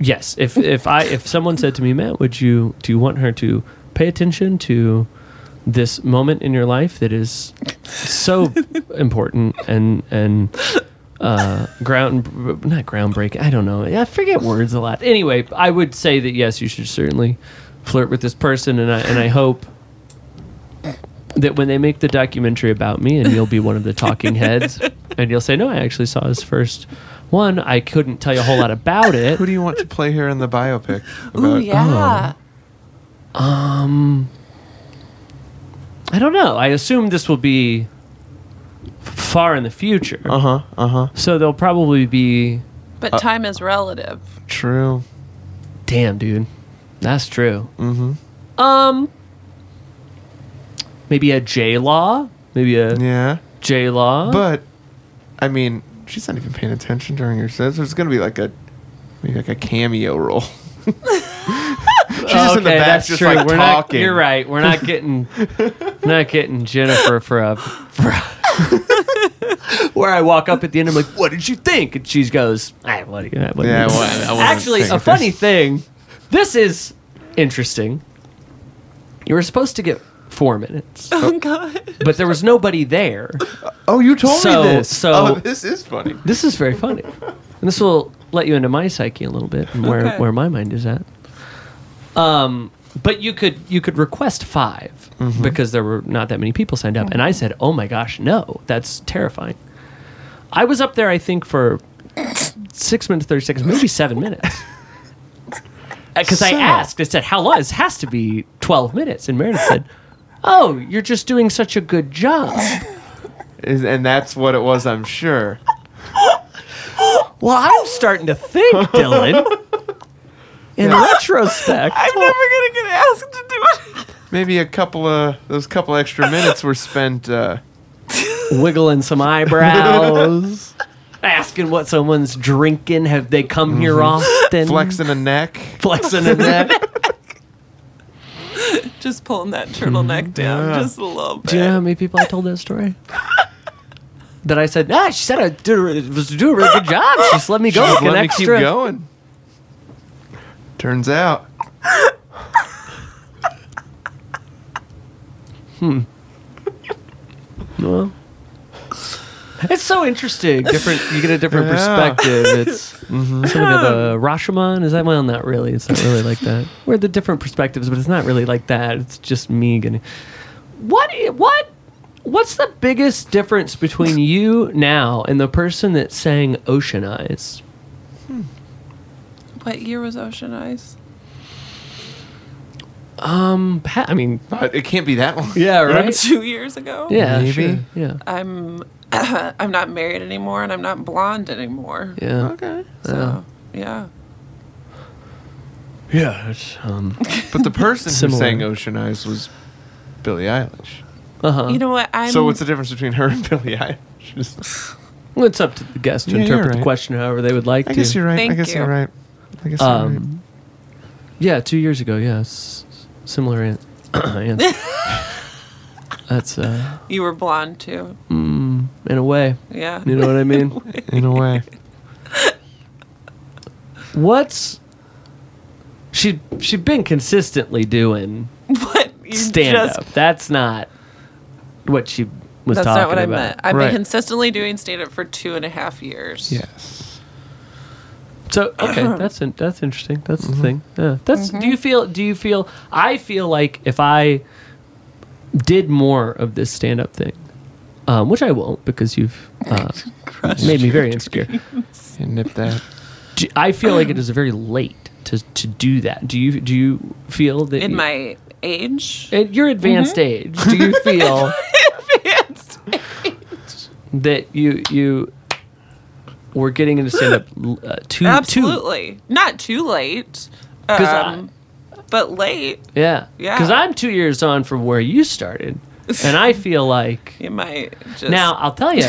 S1: Yes. If if I if someone said to me, Matt, would you do you want her to pay attention to this moment in your life that is so important and and uh ground not groundbreaking i don't know i forget words a lot anyway i would say that yes you should certainly flirt with this person and i and i hope that when they make the documentary about me and you'll be one of the talking heads and you'll say no i actually saw his first one i couldn't tell you a whole lot about it
S2: Who do you want to play here in the biopic?
S3: Ooh,
S2: about-
S3: yeah.
S1: i don't know i assume this will be far in the future
S2: Uh-huh. Uh-huh.
S1: so there'll probably be
S3: But time is relative.
S2: True.
S1: Damn, dude. That's true. Mm-hmm. Um, maybe a J Law. Maybe a
S2: Yeah.
S1: J Law.
S2: But I mean, she's not even paying attention during her sets. There's gonna be like a maybe like a cameo role. she's just in the back, just like
S1: we're not,
S2: talking.
S1: you're right. We're not getting not getting Jennifer for a, for a- where I walk up at the end. I'm like, "What did you think?" And she goes, "I what, do you- what do you
S2: Yeah.
S1: think?"
S2: Well, I wasn't
S1: Actually, a
S2: thinking-
S1: funny thing. This is interesting. You were supposed to get four minutes,
S3: Oh, God.
S1: but there was nobody there.
S2: Oh, you told
S1: So-
S2: me this.
S1: so-
S2: oh, this is funny.
S1: This is very funny. And this will let you into my psyche a little bit and where,
S3: Okay.
S1: where my mind is at. Um, but you could you could request 5 because there were not that many people signed up. And I said, Oh my gosh, no, that's terrifying. I was up there I think for six minutes, thirty seconds, maybe seven minutes. Because I
S2: So-
S1: asked, I said, How long? This has to be twelve minutes. And Meredith said, Oh, you're just doing such a good job.
S2: Is, and that's what it was, I'm sure.
S1: Well, I'm starting to think, Dylan. In retrospect,
S3: I'm never going to get asked to do it. again.
S2: Maybe a couple of those couple extra minutes were spent. Uh,
S1: wiggling some eyebrows asking what someone's drinking. Have they come here often?
S2: Flexing a neck.
S1: flexing in that.
S3: Just pulling that
S1: Mm-hmm.
S3: turtleneck down just a little bit.
S1: Do you know how many people I told that story? That I said, ah, she said I did, a- was doing a really good job. She just let me go.
S2: Just
S1: like an
S2: let me keep
S1: extra.
S2: going. Turns out,
S1: Well, it's so interesting. Different, you get a different
S2: Yeah. Mm-hmm.
S1: perspective. It's sort of the Rashomon. Is that well? Not really. It's not really like that. We're the different perspectives, but it's not really like that. It's just me getting. What? i- What? What's the biggest difference between you now and the person that sang Ocean Eyes?
S3: What year was Ocean Eyes?
S1: Um, Pat, I mean,
S2: but it can't be that long.
S1: yeah, right?
S3: Two years ago?
S1: Yeah,
S2: Maybe.
S1: sure, Yeah,
S3: I'm I'm not married anymore and I'm not blonde anymore.
S1: yeah.
S2: Okay.
S3: So yeah.
S1: Yeah, it's, um,
S2: But the person who
S1: Similar.
S2: sang Ocean Eyes was Billie Eilish.
S1: uh-huh.
S3: You know what? I'm
S2: so what's the difference between her and Billie Eilish? Just-
S1: Well, it's up to the guest to
S2: Yeah, you're
S1: interpret the
S2: right.
S1: question however they would like
S2: I
S1: to.
S2: guess you're right. I
S3: Thank
S2: guess
S3: you.
S2: are right. I guess you're right.
S1: Um, yeah, two years ago. Yeah, s- similar an- answer. That's uh,
S3: you were blonde too.
S1: in a way.
S3: Yeah.
S1: You know what I mean?
S2: In a way.
S1: What's she? She's been consistently doing
S3: But you
S1: stand
S3: just-
S1: up. That's not what she was
S3: That's
S1: talking
S3: not what I
S1: about.
S3: meant. I've
S2: Right.
S3: been consistently doing stand up for two and a half years.
S2: Yes.
S1: So okay, that's in, that's interesting. That's the thing. Yeah, that's. Do
S3: Mm-hmm.
S1: you feel? Do you feel? I feel like if I did more of this stand up thing, um, which I won't because you've uh, made me very insecure.
S2: And nip that.
S1: Do, I feel like it is very late to to do that. Do you do you feel that
S3: In
S1: you-
S3: my Mm-hmm. age.
S1: at your advanced age, do you feel
S3: Advanced.
S1: Mm, that you you were getting into stand up uh, too too
S3: Absolutely. Not too late.
S1: 'Cause I-
S3: Um, but late.
S1: Yeah.
S3: Yeah.
S1: Because I'm two years on from where you started. And I feel like.
S3: You might just
S1: Now, I'll tell you,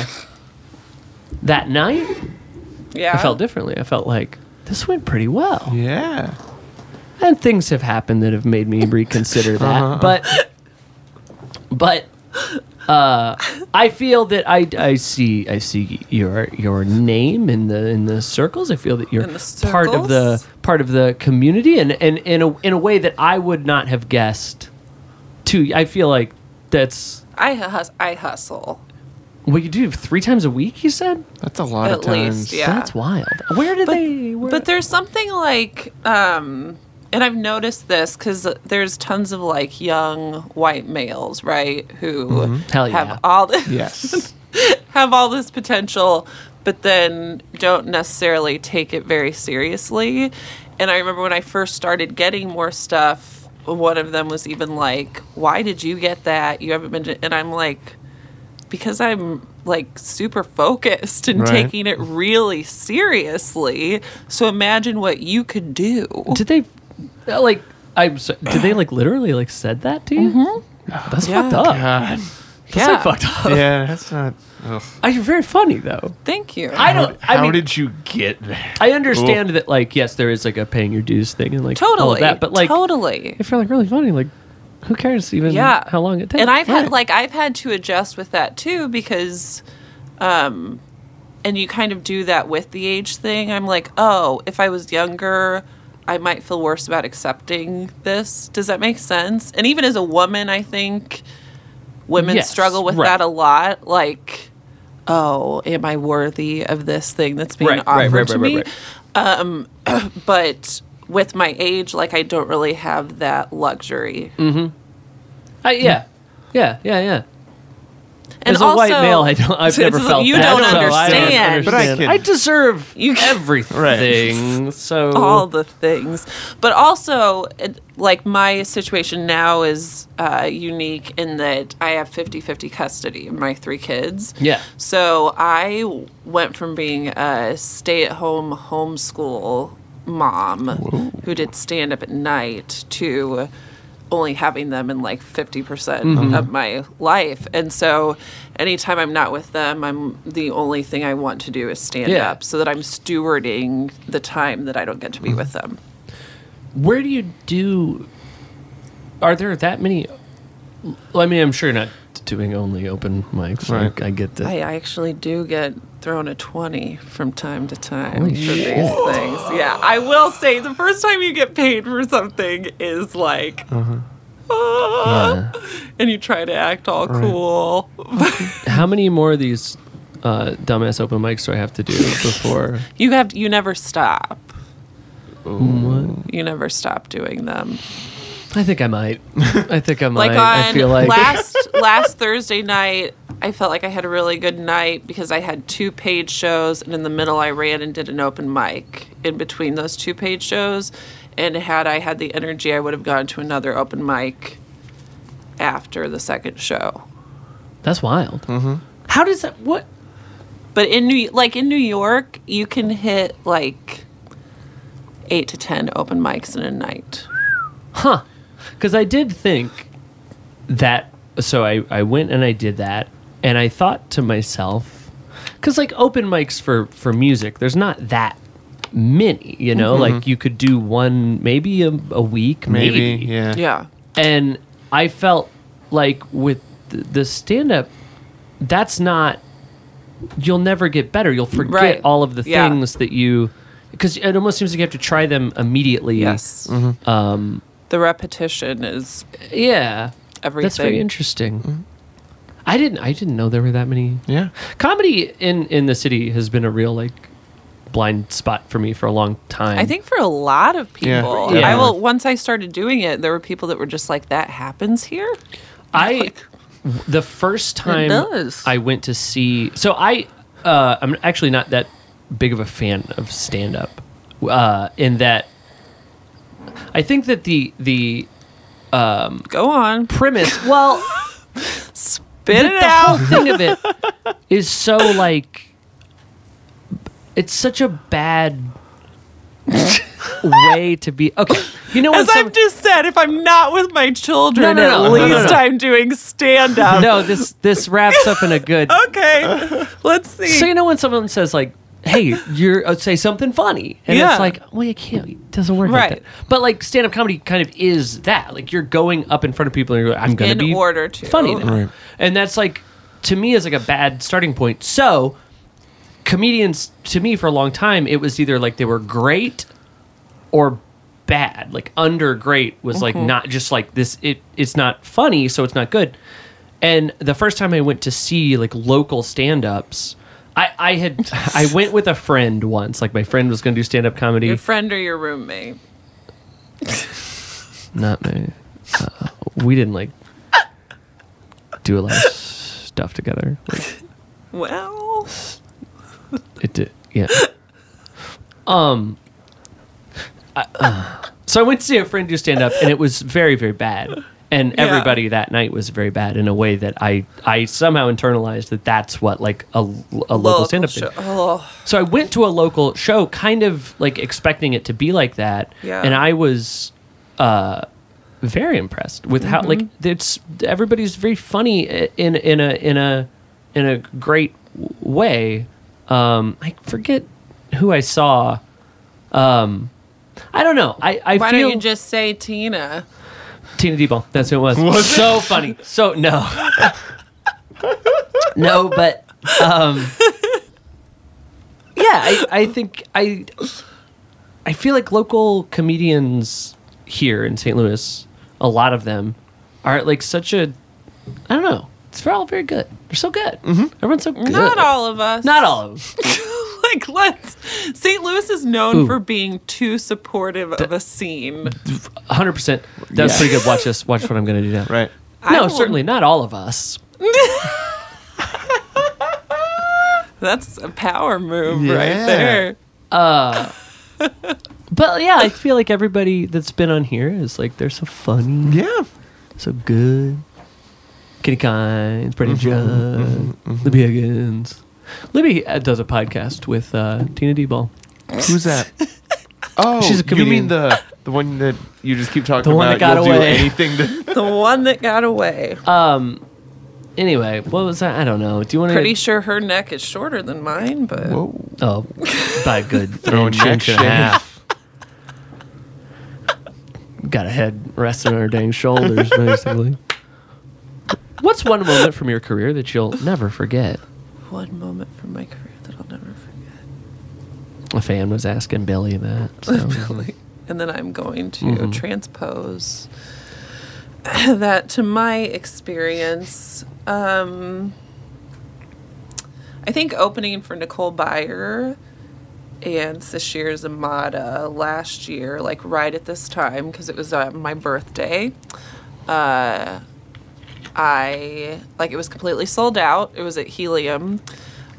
S1: that night,
S3: yeah.
S1: I felt differently. I felt like this went pretty well.
S2: Yeah.
S1: And things have happened that have made me reconsider that.
S2: Uh-huh.
S1: But, but. Uh, I feel that I, I see I see your your name in the in the circles. I feel that you're
S3: In the
S1: part of the
S3: circles?
S1: part of the community, and, and in a in a way that I would not have guessed. To I feel like that's
S3: I hus- I hustle.
S1: What you do three times a week? You said
S2: That's a lot of
S3: At least,
S2: times.
S3: yeah.
S1: that's wild. Where did they? Where,
S3: But there's something like, um, and I've noticed this because there's tons of like young white males, right, who
S1: Mm-hmm. Hell
S3: have
S1: yeah.
S3: all this,
S2: Yes.
S3: have all this potential, but then don't necessarily take it very seriously. And I remember when I first started getting more stuff, one of them was even like, "Why did you get that? You haven't been." To-" And I'm like, because I'm like super focused and
S2: Right.
S3: taking it really seriously. So imagine what you could do.
S1: did they? uh, Like I'm. So, did they like literally like said that to you?
S2: Mm-hmm.
S1: That's
S3: Yeah.
S1: fucked up.
S2: God.
S1: That's like, fucked up.
S2: Yeah, that's not. Ugh.
S1: I, you're very funny though.
S3: Thank you.
S1: I don't.
S2: How
S1: I mean,
S2: did you get there?
S1: I understand that like yes, there is like a paying your dues thing and like
S3: totally.
S1: all of that, but like
S3: totally.
S1: if you're like really funny, like who cares even
S3: Yeah.
S1: how long it takes?
S3: And I've
S1: Right.
S3: had like I've had to adjust with that too because um and you kind of do that with the age thing. I'm like, "Oh, if I was younger, I might feel worse about accepting this." Does that make sense? And even as a woman, I think women
S1: Yes,
S3: struggle with
S1: right.
S3: that a lot like oh am i worthy of this thing that's being
S1: Right, right, right,
S3: offered
S1: right,
S3: to
S1: right,
S3: me
S1: right.
S3: um, but with my age like i don't really have that luxury
S1: I, yeah, yeah, yeah, yeah.
S3: and
S1: As a white male, I don't. I've never felt
S3: you
S1: that.
S3: don't
S1: so I don't
S3: understand,
S2: But I
S1: understand.
S2: can-
S1: I deserve
S3: You can-
S1: everything. So
S3: all the things but also it, like my situation now is uh, unique in that i have 50-50 custody of my three kids
S1: Yeah.
S3: so i w- went from being a stay-at-home homeschool mom who did stand up at night to only having them in like 50% percent
S1: Mm-hmm.
S3: of my life. And so anytime I'm not with them, I'm the only thing I want to do is stand
S1: Yeah.
S3: up so that I'm stewarding the time that I don't get to be with them.
S1: Where do you do? Are there that many? Well, I mean, I'm sure you're not doing only open mics. I-
S2: Right.
S1: I, get that.
S3: I actually do get thrown a 20 from time to time for these things. Yeah, I will say the first time you get paid for something is like, "Ah," and you try to act all cool.
S1: How many more of these uh, dumbass open mics do I have to do before?
S3: You have you never stop. You never stop doing them.
S1: I think I might. I think I might.
S3: Like
S1: I
S3: on
S1: feel like
S3: last last Thursday night, I felt like I had a really good night because I had two paid shows, and in the middle, I ran and did an open mic in between those two paid shows. And had I had the energy, I would have gone to another open mic after the second show.
S1: that's wild. How does that? What?
S3: But in New like in New York, you can hit like eight to ten open mics in a night.
S1: Because I did think that. So I, I went and I did that, and I thought to myself, because like open mics for for music, there's not that many. You know,
S3: Mm-hmm.
S1: like you could do one maybe a, a week, maybe.
S2: Maybe, yeah.
S3: Yeah.
S1: And I felt like with the, the stand up, that's not. You'll never get better. You'll forget
S3: Right.
S1: all of the
S3: Yeah.
S1: things that you. Because it almost seems like you have to try them immediately.
S3: Yes. Um,
S1: Mm-hmm.
S3: the repetition is
S1: Yeah.
S3: everything.
S1: That's very interesting. I didn't. I didn't know there were that many.
S2: Yeah.
S1: Comedy in in the city has been a real like blind spot for me for a long time.
S3: I think for a lot of people,
S1: Yeah.
S3: I will. Once I started doing it, there were people that were just like, "That happens here."
S1: I the first time
S3: does.
S1: I went to see. So I uh, I'm actually not that big of a fan of stand up. Uh, in that, I think that the the
S3: Go on,
S1: premise. Well.
S3: spit it out.
S1: The thing of it is so like it's such a bad way to be. Okay, you know
S3: As
S1: what?
S3: I've just said, if I'm not with my children,
S1: No, no,
S3: at
S1: no, no,
S3: least
S1: no, no.
S3: I'm doing stand up.
S1: no, this this wraps up in a
S3: Oh,
S1: good.
S3: Okay, let's see.
S1: So you know when someone says like, "Hey, you're uh, say something funny," and
S3: Yeah.
S1: it's like, "Well, you can't. It doesn't work
S3: Right.
S1: like that." But like stand-up comedy kind of is that. Like you're going up in front of people and you're like, "I'm going
S3: In
S1: to be
S3: order to.
S1: funny," now.
S2: Right.
S1: and that's like to me is like a bad starting point. So comedians to me for a long time it was either like they were great or bad like under great was like not just like this it it's not funny so it's not good and the first time i went to see like local stand-ups i i had i went with a friend once like my friend was gonna do stand-up comedy
S3: your friend or your roommate.
S1: not me. Uh, we didn't like do a lot of stuff together like
S3: Well,
S1: it did yeah um I- uh, so i went to see a friend do stand-up and it was very very bad and
S3: Yeah.
S1: everybody that night was very bad in a way that i i somehow internalized that that's what like a, a local, stand-up
S3: show.
S1: did.
S3: Oh,
S1: So I went to a local show, kind of like expecting it to be like that,
S3: Yeah.
S1: and I was uh, very impressed with how like
S3: Mm-hmm.
S1: it's everybody's very funny i- in in a in a in a great w- way. Um, I forget who I saw. Um, I don't know. I I
S3: why
S1: feel
S3: don't you just say Tina?
S1: Tina Debo. That's who it was. so funny. So no, no, but um, yeah, I, I think I I feel like local comedians here in St. Louis, a lot of them are like such a I don't know. It's they're all very good. They're so good. Everyone's so good.
S3: Not all of us.
S1: Not all of them.
S3: like let's St. Louis is known
S1: Ooh.
S3: for being too supportive of a scene.
S1: 100%. That's
S2: Yeah.
S1: pretty good. Watch this. Watch what I'm going to do now.
S2: Right.
S3: I
S1: No,
S3: will-
S1: certainly not all of us.
S3: That's a power move right
S2: Yeah.
S3: there.
S1: But yeah, I feel like everybody that's been on here is like they're so funny,
S2: Yeah.
S1: so good. Kenny Kines, Brendan Judd, Libby Higgins. Libby uh, does a podcast with uh, Tina D Ball.
S2: Who's that? Oh,
S1: She's a
S2: You
S1: comedian.
S2: mean the The one that you just keep talking
S1: The one
S2: about.
S1: that got
S2: You'll
S1: away.
S2: do anything to.
S3: The one that got away.
S1: Um. Anyway, what was that? I don't know. Do you want to?
S3: Pretty sure her neck is shorter than mine, but
S2: Whoa.
S1: Oh, by a good
S2: Throwing
S1: inch, inch and a
S2: shade.
S1: half. Got a head resting on her dang shoulders, basically. What's one moment from your career that you'll never forget?
S3: one moment from my career that I'll never forget.
S1: A fan was asking Billy that. so-
S3: and then I'm going to transpose that to my experience. Um, I think opening for Nicole Byer and Sashir Zamata last year, like right at this time, because it was uh, my birthday. Uh, I like it was completely sold out. It was at Helium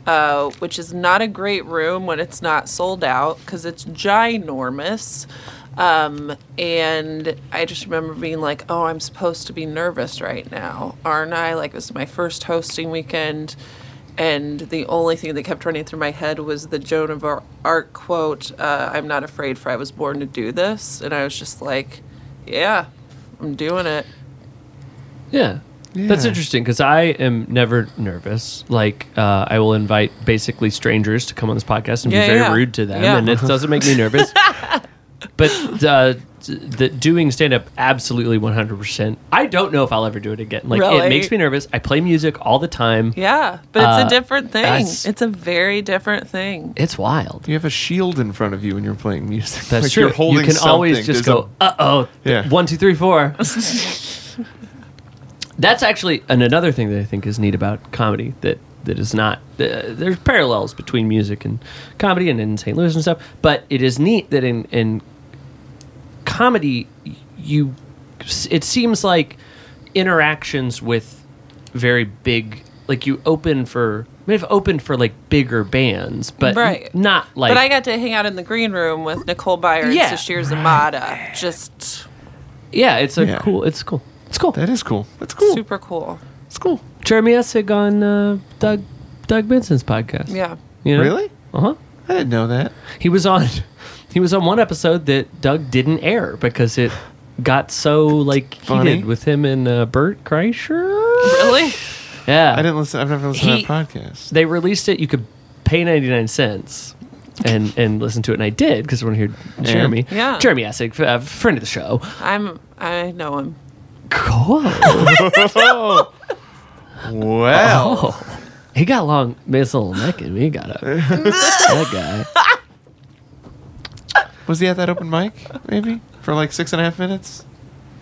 S3: uh, which is not a great room when it's not sold out because it's ginormous. Um, and I just remember being like, oh, I'm supposed to be nervous right now, aren't I? Like, it was my first hosting weekend. And the only thing that kept running through my head was the Joan of Ar- Arc quote, uh, I'm not afraid, for I was born to do this. And I was just like, yeah, I'm doing it.
S1: Yeah. That's
S2: Yeah.
S1: interesting because I am never nervous. Like, uh, I will invite basically strangers to come on this podcast and
S3: Yeah,
S1: be very
S3: yeah.
S1: rude to them,
S3: Yeah.
S1: and it doesn't make me nervous. but uh, t- the doing stand up, absolutely 100%. I don't know if I'll ever do it again. Like, it
S3: Really?
S1: makes me nervous. I play music all the time.
S3: Yeah, but it's
S1: Uh,
S3: a different thing.
S1: that's-
S3: It's a very different thing.
S1: It's wild.
S2: You have a shield in front of you when you're playing music.
S1: That's
S2: Like,
S1: true.
S2: You're holding
S1: you can always
S2: something.
S1: just
S2: There's
S1: go, uh oh,
S2: Yeah.
S1: one, two, three, four. That's actually and another thing that I think is neat about comedy that that is not uh, there's parallels between music and comedy and in St. Louis and stuff, but it is neat that in in comedy you it seems like interactions with very big like you open for I mean, I've opened for like bigger bands, but
S3: Right.
S1: not like
S3: but I got to hang out in the green room with Nicole Byer
S1: Yeah.
S3: and Sashir Zamata. Just
S1: yeah, it's a
S2: Yeah.
S1: cool, it's cool, it's cool.
S2: a- that is cool. That's cool.
S3: super cool.
S2: That's cool.
S1: Jeremy Essig on uh, Doug Doug Benson's podcast.
S3: Yeah.
S1: You know?
S2: Really?
S1: Uh huh.
S2: I didn't know that.
S1: He was on he was on one episode that Doug didn't air because it got so like
S2: Funny.
S1: heated with him and uh, Bert Kreischer.
S3: Really?
S1: Yeah.
S2: I didn't listen. I've never listened
S1: He-
S2: to that podcast.
S1: They released it. You could pay ninety nine cents. And, and listen to it, and I did because I want to hear Jeremy.
S3: Yeah.
S1: Jeremy Essig, uh, friend of the show.
S3: I'm I know him.
S1: Cool.
S2: Wow.
S1: Oh, he got long missile neck, and we got up. that guy.
S2: Was he at that open mic? Maybe for like six and a half minutes.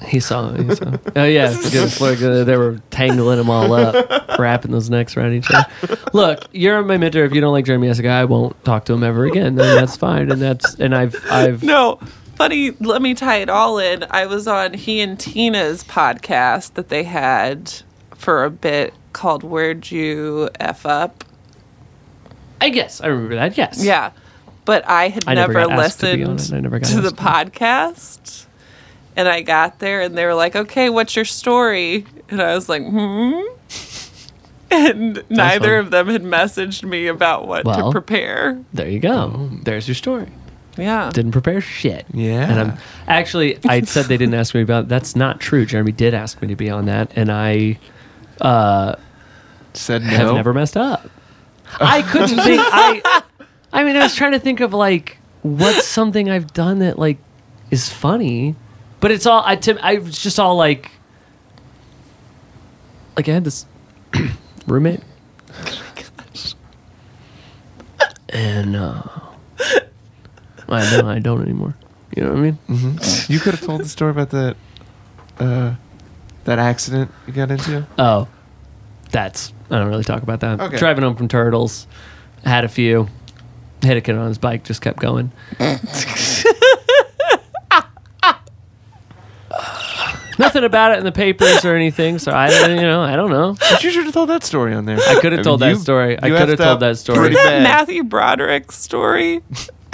S1: He saw him. He saw him. Oh yeah, because, like, uh, they were tangling them all up, wrapping those necks around each other. Look, you're my mentor. If you don't like Jeremy Jessica, I won't talk to him ever again. And that's fine. And that's and I've I've
S3: No. Funny, let me tie it all in. I was on he and Tina's podcast that they had for a bit called Where'd You F Up?
S1: I guess I remember that. Yes.
S3: Yeah. But I had
S1: I never
S3: never,
S1: got asked to be on
S3: listened
S1: it. I never got
S3: to the
S1: asked to.
S3: podcast. And I got there and they were like, okay, what's your story? And I was like, hmm. And neither
S1: fun.
S3: of them had messaged me about what
S1: Well.
S3: to prepare.
S1: There you go. There's your story.
S3: Yeah.
S1: Didn't prepare shit.
S2: Yeah.
S1: And I'm actually I said they didn't ask me about. That's not true. Jeremy did ask me to be on that, and I uh,
S2: Said no.
S1: have never messed up. I couldn't think. I, I mean, I was trying to think of like what's something I've done that like is funny, but it's all I. Tim, I was just all like, like I had this roommate. And uh, I know I don't anymore. You know what I mean?
S2: You could have told the story about that. Uh, that accident you got into.
S1: Oh, that's I don't really talk about that.
S2: Okay.
S1: Driving home from Turtles, had a few, hit a kid on his bike, just kept going. Nothing about it in the papers or anything, so I don't, you know, I don't know.
S2: But you should have told that story on there.
S1: I could have told that story. I could have told that story.
S2: pretty bad.
S3: Matthew Broderick's story.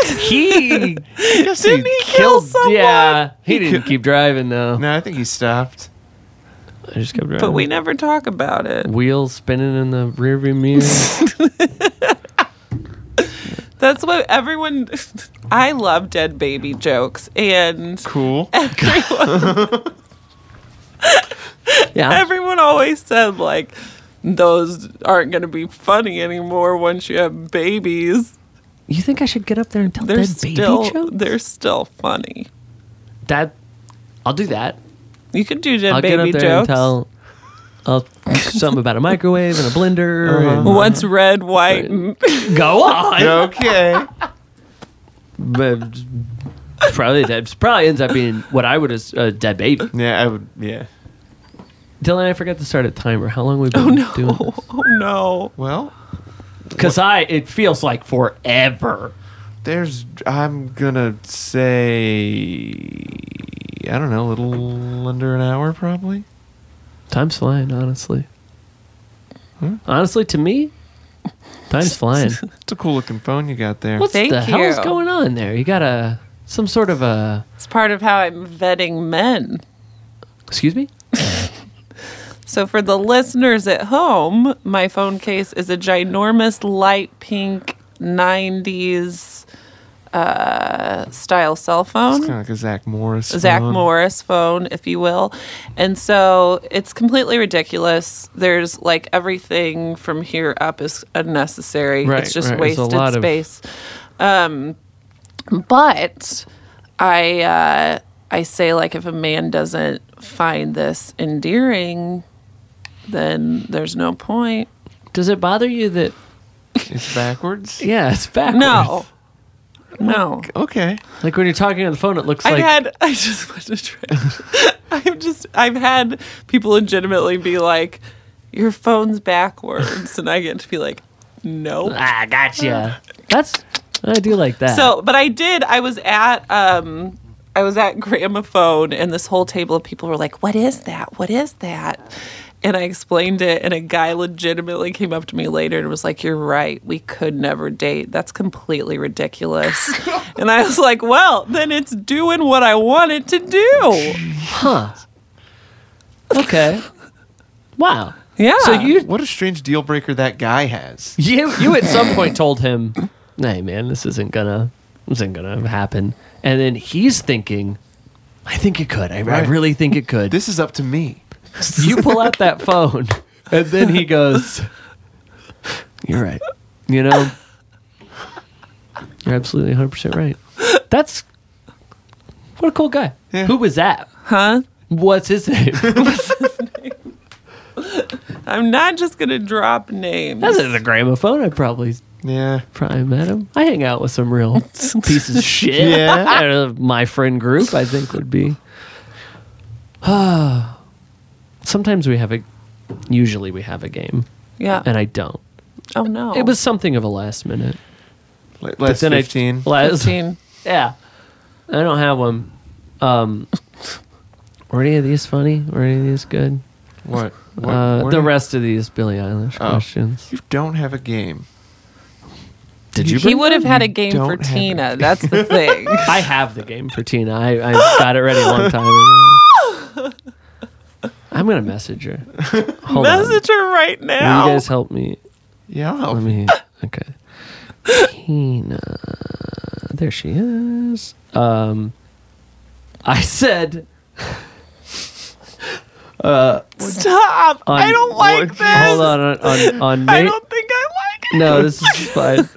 S1: He
S3: Didn't he kill
S1: killed.
S3: someone?
S1: Yeah, he didn't keep driving though.
S2: No, I think he stopped.
S1: I just kept driving.
S3: But we never talk about it.
S1: wheels spinning in the rearview mirror.
S3: That's what everyone. I love dead baby jokes, and
S2: Cool.
S1: Yeah.
S3: everyone always said like those aren't going to be funny anymore once you have babies.
S1: You think I should get up there and tell
S3: They're
S1: dead baby
S3: still
S1: joke?
S3: they're still funny.
S1: That I'll do that.
S3: You could do dead
S1: I'll get
S3: baby
S1: up there and
S3: jokes.
S1: tell I'll, something about a microwave and a blender. and-
S3: What's red, white, and
S1: Uh-huh. go on.
S2: okay.
S1: But probably that probably ends up being what I would as a dead baby.
S2: Yeah, I would. Yeah.
S1: Dylan, I forgot to start a timer. How long have we been doing this?
S3: oh no.
S2: Well,
S1: Because I, it feels like forever.
S2: there's. I'm gonna say. I don't know, a little under an hour, probably.
S1: Time's flying, honestly. Hmm? Honestly, to me, time's flying.
S2: It's a cool looking phone you got there.
S1: What's
S3: Thank
S1: the hell is
S3: you.
S1: going on there? You got a some sort of a
S3: It's part of how I'm vetting men.
S1: excuse me?
S3: So, for the listeners at home, my phone case is a ginormous light pink 90s uh, style cell
S2: It's
S3: phone.
S2: kind of like a Zach Morris.
S3: Zach
S2: phone.
S3: Morris phone, if you will. And so it's completely ridiculous. There's like everything from here up is unnecessary.
S1: Right,
S3: it's just
S1: right. There's a
S3: wasted
S1: lot of-
S3: space. Um, but I uh, I say like if a man doesn't find this endearing, then there's no point.
S1: Does it bother you that
S2: It's backwards.
S1: yeah, it's backwards?
S3: No. No.
S2: Okay.
S1: Like when you're talking on the phone, it looks
S3: I've
S1: like
S3: had. I just want to try. I've just. I've had people legitimately be like, "Your phone's backwards," and I get to be like, "No."
S1: ah, gotcha. That's I do like that.
S3: So, but I did. I was at. Um, I was at Gramophone, and this whole table of people were like, "What is that? What is that?" And I explained it, and a guy legitimately came up to me later and was like, "You're right. We could never date. That's completely ridiculous." and I was like, "Well, then it's doing what I want it to do."
S1: huh? Okay. Wow.
S3: Yeah.
S1: So you
S2: What a strange deal breaker that guy has.
S1: you you at some point told him, "Hey man, this isn't gonna this isn't gonna happen," and then he's thinking, "I think it could. I, I
S2: Right.
S1: really think it could."
S2: This is up to me.
S1: you pull out that phone, and then he goes, "You're right. You know, you're absolutely 100 percent right. That's what a cool guy.
S2: Yeah.
S1: Who was that?
S3: huh?
S1: What's his name?
S3: I'm not just gonna drop names.
S1: That's a gramophone. I probably
S2: Yeah.
S1: probably met him. I hang out with some real pieces of shit.
S2: Yeah.
S1: Out of my friend group, I think would be. Sometimes we have a. Usually we have a game,
S3: yeah.
S1: and I don't.
S3: oh no.
S1: It was something of a last minute.
S2: L- Last
S1: then I-
S2: fifteen.
S1: Last,
S3: 15.
S1: yeah, I don't have one. Um, were any of these funny? Were any of these good?
S2: what? what?
S1: uh,
S2: what
S1: the
S2: are-
S1: rest of these Billie Eilish
S2: Oh.
S1: questions.
S2: You don't have a game.
S1: Did you?
S3: He would have had a
S2: You
S3: game for
S2: don't have
S3: Tina. That's the thing.
S1: I have the game for Tina. I, I got it ready a long time ago. I'm gonna message her. Hold on.
S3: Message her right
S1: Will
S3: now.
S1: you guys help me?
S2: Yeah. I'll help.
S1: Let me. Okay. Tina, there she is. Um, I said
S3: Stop.
S1: on-
S3: I don't like
S2: What-
S3: this.
S1: Hold on, on, on, on
S3: I
S1: May.
S3: don't think I like it.
S1: No, this is fine.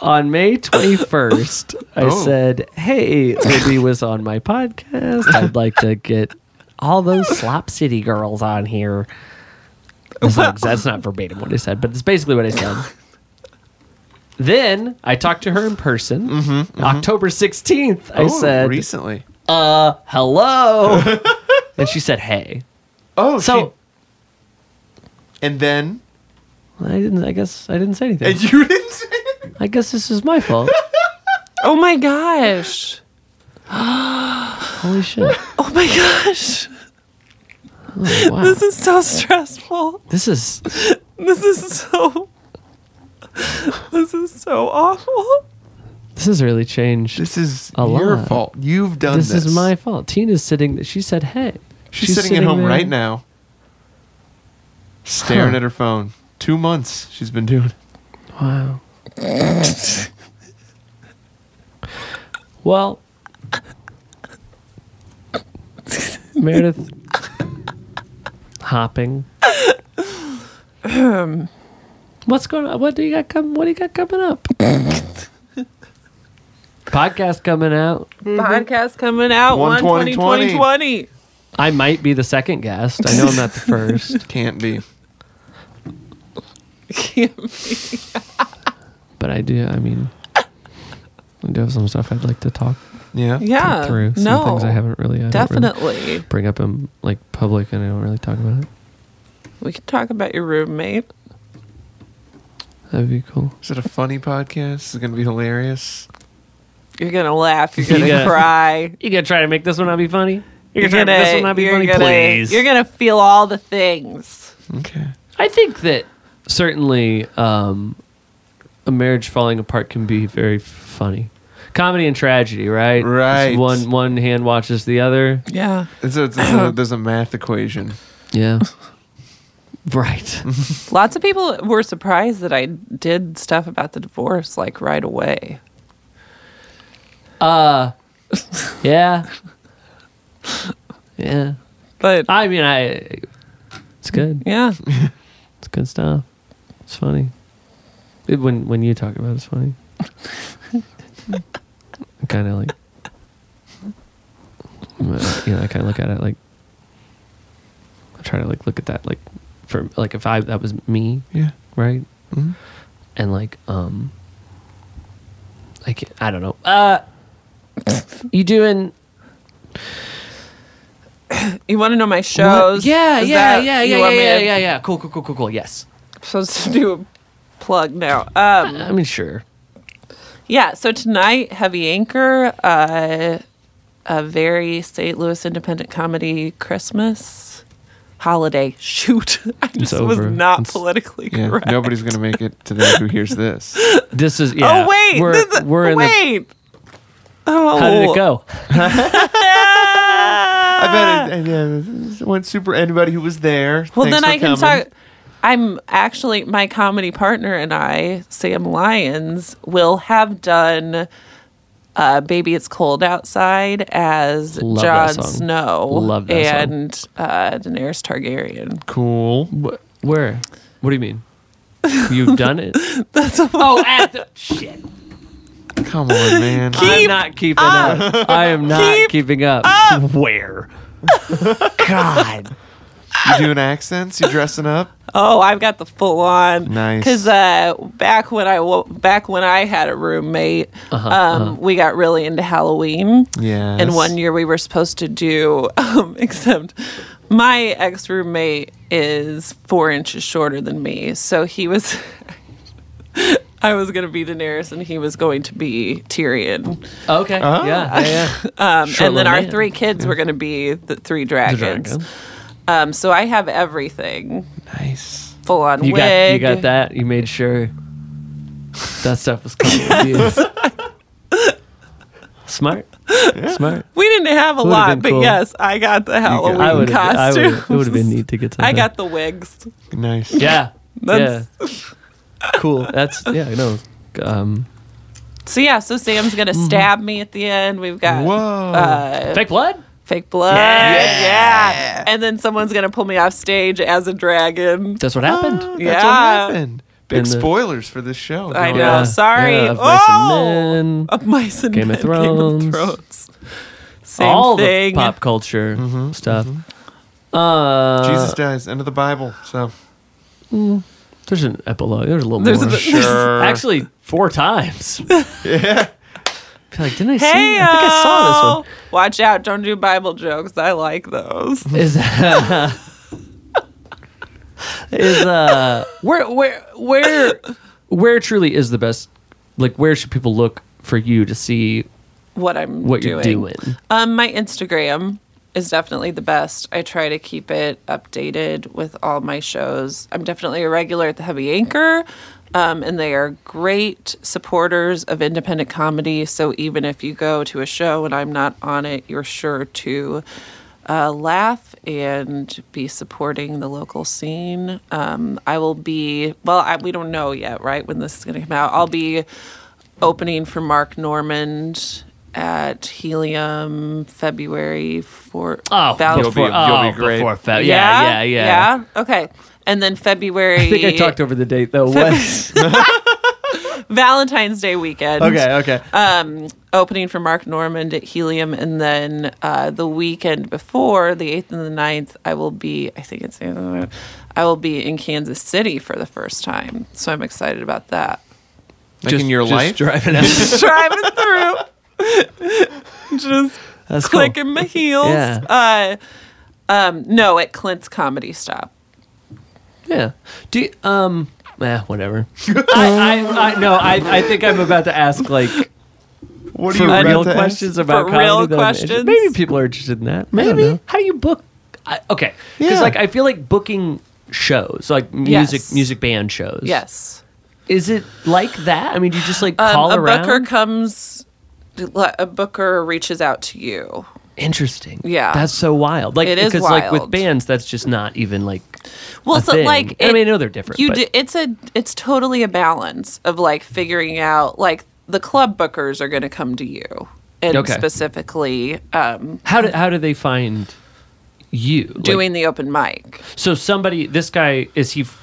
S1: on May 21st, I
S2: Oh.
S1: said, Hey, Libby was on my podcast. I'd like to get all those Slop City girls on here. That's not, that's not verbatim what I said, but it's basically what I said. then I talked to her in person. October 16th, I
S2: Mm-hmm, Oh,
S1: said, "Uh,
S2: recently.
S1: Hello. and she said, Hey.
S2: Oh,
S1: So.
S2: she- and then
S1: I didn't. I guess I didn't say anything.
S2: and you didn't. Say
S1: I guess this is my fault.
S3: Oh my gosh.
S1: Holy shit!
S3: Oh my gosh.
S1: Wow.
S3: This is so stressful.
S1: This is
S3: This is so. This is so awful.
S1: this has really changed. This,
S2: this is
S1: A
S2: your
S1: lot.
S2: fault. You've done this.
S1: is my fault. Tina's sitting. She said, "Hey."
S2: She's, sitting, at home
S1: there.
S2: right now, staring
S1: Huh.
S2: at her phone. Two months she's been doing. it.
S1: Wow. Well, Meredith hopping. What's going on? What do you got coming? What do you got coming up? Podcast coming out.
S2: Mm-hmm.
S3: Podcast coming out
S2: 1/20,
S3: 120 2020.
S1: I might be the second guest. I know I'm not the first,
S2: Can't be.
S1: but I do. I mean, I do have some stuff I'd like to talk
S2: Yeah.
S3: Yeah.
S1: through. Some
S3: Ah, no.
S1: things I haven't really. I don't really
S3: Definitely.
S1: bring up in like public, and I don't really talk about it.
S3: We can talk about your roommate.
S1: That'd be cool.
S2: Is it a funny podcast? Is it going to be hilarious?
S3: You're going to laugh. You're going to
S1: Yeah.
S3: cry.
S1: You gonna try to make this one not be funny?
S3: You're
S1: trying
S3: going
S1: to make this one not be funny,
S3: to
S1: please.
S3: You're going to feel all the things.
S2: Okay.
S1: I think that certainly um, a marriage falling apart can be very f- funny. Comedy and tragedy, right?
S2: Right.
S1: It's One one hand watches the other.
S3: Yeah.
S2: It's a, it's a, there's a math equation.
S1: Yeah. right.
S3: Lots of people were surprised that I did stuff about the divorce like right away.
S1: Uh, Yeah. Yeah.
S3: But
S1: I mean, I. It's good.
S3: yeah.
S1: It's good stuff. It's funny. It- when when you talk about it, it's funny. I'm kind of like, I'm, you know, I kind of look at it like I try to like look at that like for like if I that was me,
S2: Yeah.
S1: right?
S2: Mhm.
S1: And like um, I can't, I don't know. Uh, you doing?
S3: You want to know my shows?
S1: Yeah,
S3: Is
S1: yeah,
S3: that-
S1: yeah,
S3: you
S1: yeah, yeah,
S3: want me
S1: yeah,
S3: to-
S1: yeah, yeah. Cool, cool, cool, cool, cool. Yes.
S3: I'm supposed to do a plug now. Um,
S1: I mean, sure.
S3: Yeah, so tonight, Heavy Anchor, uh, a very St. Louis independent comedy Christmas holiday. Shoot, I just was
S1: over.
S3: not
S1: It's-
S3: politically
S2: Yeah.
S3: correct.
S2: Nobody's going to make it today who hears this.
S1: This is yeah.
S3: oh wait,
S1: we're
S3: this is-
S1: we're in the
S3: wait. oh,
S1: How did it go?
S3: Ah.
S2: I bet it, yeah, this went super. Anybody who was there.
S3: Well,
S2: thanks
S3: then
S2: for
S3: I can
S2: coming.
S3: talk. I'm actually my comedy partner and I, Sam Lyons, will have done. Uh, Baby, it's cold outside as
S1: Love
S3: Jon
S1: that song.
S3: Snow
S1: Love that song.
S3: and Uh, Daenerys Targaryen.
S2: Cool.
S1: Wh- Where? What do you mean? You've done it. oh, at the shit.
S2: Come on, man.
S1: I'm not keeping up. I am not
S3: Keep
S1: keeping up. Where? God.
S2: you doing accents? You dressing up?
S3: Oh, I've got the full on.
S2: Nice.
S3: Because uh, back when I wo- back when I had a roommate,
S1: Uh-huh,
S3: um, we got really into Halloween.
S2: Yeah.
S3: And one year we were supposed to do, um, except my ex roommate is four inches shorter than me. So he was, I was going to be Daenerys and he was going to be Tyrion.
S1: Okay.
S2: Oh.
S1: Yeah. Yeah.
S3: Um, and then
S1: Short-little
S3: our
S1: man.
S3: three kids were going to be the three dragons.
S1: dragon.
S3: Um, so I have everything
S2: Nice.
S3: full on
S1: yeah. You
S3: wig.
S1: got you got that. You made sure that stuff was coming. to you. Smart. Smart.
S3: We didn't have a
S1: Would've
S3: lot,
S1: been
S3: but
S1: cool.
S3: yes, I got the Halloween
S1: I would. I would.
S3: costume.
S1: It would have been neat to get to.
S3: I got the wigs.
S2: Nice.
S1: Yeah.
S3: That's-
S1: yeah. Cool. That's yeah. I know. Um,
S3: So yeah, so Sam's gonna stab me at the end. We've got
S2: Whoa.
S3: Uh,
S1: fake blood.
S3: fake blood, yeah. and then someone's gonna pull me off stage as a dragon.
S1: That's what happened.
S2: That's
S3: Yeah.
S2: what happened. Big
S1: And the-
S2: spoilers for this show.
S3: Oh, I
S2: Going
S3: know.
S2: on.
S3: sorry.
S1: of Mice
S3: Oh!
S1: and Men,
S3: Of mice and
S1: Game
S3: men,
S1: of
S3: Game of
S1: Thrones.
S3: Thrones. Same
S1: all
S3: thing. Mm-hmm,
S1: the pop culture stuff. Uh,
S2: Jesus dies. End of the Bible. So
S1: There's an epilogue. There's a little
S3: There's
S1: more.
S3: a-
S2: sure.
S1: Actually, four times. yeah. like, didn't I see?
S3: Hey,
S1: I think I saw this
S3: Watch out! Don't do Bible jokes. I like those.
S1: one. Is that? is uh where where where where truly is the best? Like, where should people look for you to see
S3: What I'm
S1: what
S3: doing.
S1: you're doing?
S3: Um, my Instagram is definitely the best. I try to keep it updated with all my shows. I'm definitely a regular at the Heavy Anchor, um, and they are great supporters of independent comedy. So even if you go to a show and I'm not on it, you're sure to uh, laugh and be supporting the local scene. Um, I will be, well, I, we don't know yet, right, when this is going to come out. I'll be opening for Mark Normand at Helium February for
S1: Oh,
S3: Val-
S2: You'll be-
S1: before, oh,
S2: you'll be great.
S1: before Fe- yeah, yeah, yeah,
S3: Okay. And then February
S5: I think I talked over the date though. What?
S3: Valentine's Day weekend.
S5: okay, okay.
S3: Um, opening for Mark Normand at Helium, and then uh, the weekend before, the eighth and the 9th, I will be. I think it's. uh, I will be in Kansas City for the first time, so I'm excited about that.
S2: Like in your life.
S5: driving out.
S3: Just driving through, just
S5: That's cool.
S3: clicking my heels. Uh, um, no, at Clint's Comedy Stop.
S1: yeah. Do you, um, eh, whatever.
S5: I, I, I no, I, I think I'm about to ask like
S2: What
S5: for
S2: about
S5: real
S2: to ask?
S5: questions about
S3: For
S5: comedy
S3: real
S5: though.
S3: questions?
S5: Maybe people are interested in that. I don't
S1: Maybe.
S5: know.
S1: How do you book? I, okay, because
S2: Yeah.
S1: like I feel like booking shows, like music
S3: Yes.
S1: music band shows.
S3: Yes.
S1: Is it like that? I mean, do you just like call
S3: Um, a
S1: around?
S3: booker comes. A booker reaches out to you.
S1: Interesting.
S3: Yeah.
S1: that's so wild. Like
S3: It is
S1: because like with
S3: wild.
S1: bands, that's just not even like.
S3: Well,
S1: a
S3: so
S1: thing.
S3: like
S1: I mean, I know they're different,
S3: You
S1: but-
S3: d- it's a it's totally a balance of like figuring out like the club bookers are going to come to you and
S1: Okay.
S3: specifically um,
S1: How do how do they find you Like,
S3: doing the open mic.
S1: So somebody, this guy, is he, f-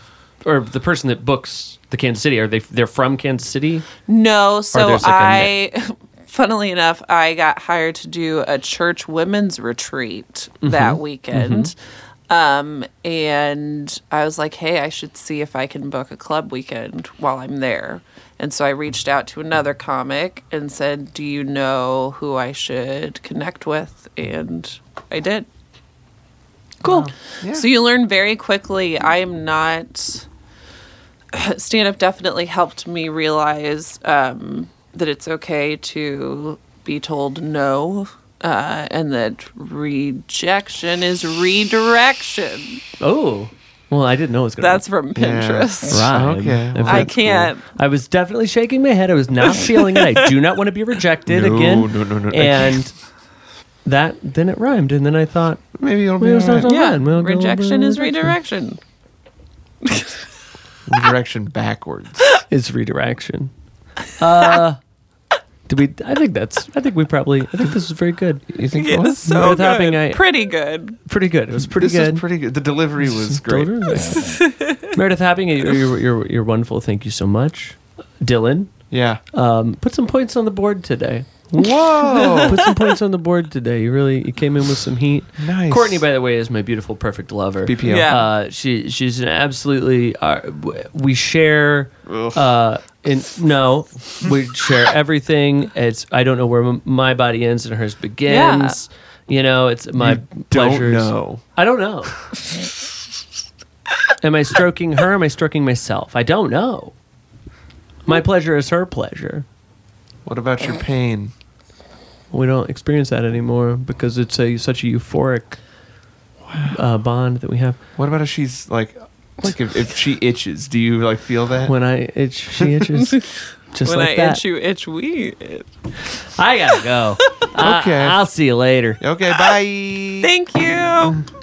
S1: or the person that books the Kansas City? Are they? They're from Kansas City.
S3: No, so
S1: there's, like,
S3: I,
S1: a
S3: funnily enough, I got hired to do a church women's retreat
S1: Mm-hmm.
S3: that weekend. Um, and I was like, hey, I should see if I can book a club weekend while I'm there. And so I reached out to another comic and said, do you know who I should connect with? And I did. Cool. So you learn very quickly. I am not stand up definitely helped me realize um, that it's okay to be told no uh, and that rejection is redirection.
S1: Oh, well, I didn't know it was going.
S3: That's from Pinterest.
S1: Rhyme.
S2: Okay,
S1: If
S2: well,
S3: I
S1: that's cool.
S3: can't.
S1: I was definitely shaking my head. I was not feeling it. I do not want to be rejected
S2: No,
S1: again.
S2: no, no, no.
S1: And that then it rhymed, and then I thought
S2: Maybe it'll be
S1: Maybe it's not
S2: alright.
S1: Come
S3: Yeah,
S1: on, we'll go
S3: rejection
S1: over
S3: is redirection.
S2: direction backwards.
S1: it's redirection. Uh, did we? I think that's. I think we probably. I think this was very good.
S2: You think
S3: It
S2: it
S3: was
S2: was?
S3: so
S1: Meredith
S3: good.
S1: Hopping, I-
S3: Pretty good.
S1: Pretty good. It was pretty
S2: this
S1: good.
S2: is pretty good. The delivery was great.
S1: Meredith Happing, you're, you're, you're, you're wonderful. Thank you so much, Dylan.
S2: Yeah.
S1: Um, put some points on the board today.
S2: Whoa.
S1: Put some points on the board today. You really you came in with some heat.
S2: Nice.
S1: Courtney, by the way, is my beautiful, perfect lover.
S2: BPL.
S3: Yeah.
S1: Uh, she she's an absolutely. Uh, w- we share.
S2: Ugh.
S1: Uh, in, no, we share everything. It's I don't know where m- my body ends and hers begins. You know, it's my
S2: You don't
S1: pleasures.
S2: know.
S1: I don't know. am I stroking her? Am I stroking myself? I don't know. My pleasure is her pleasure.
S2: What about your pain?
S1: We don't experience that anymore because it's a such a euphoric uh, bond that we have.
S2: What about if she's like, like if, if she itches, do you like feel that?
S1: When I itch, she itches. Just
S3: When
S1: like
S3: I
S1: that.
S3: itch, you itch, we itch.
S1: I gotta go.
S2: Okay.
S1: I, will see you later.
S2: okay. Bye.
S1: Mm-hmm.
S3: Thank you.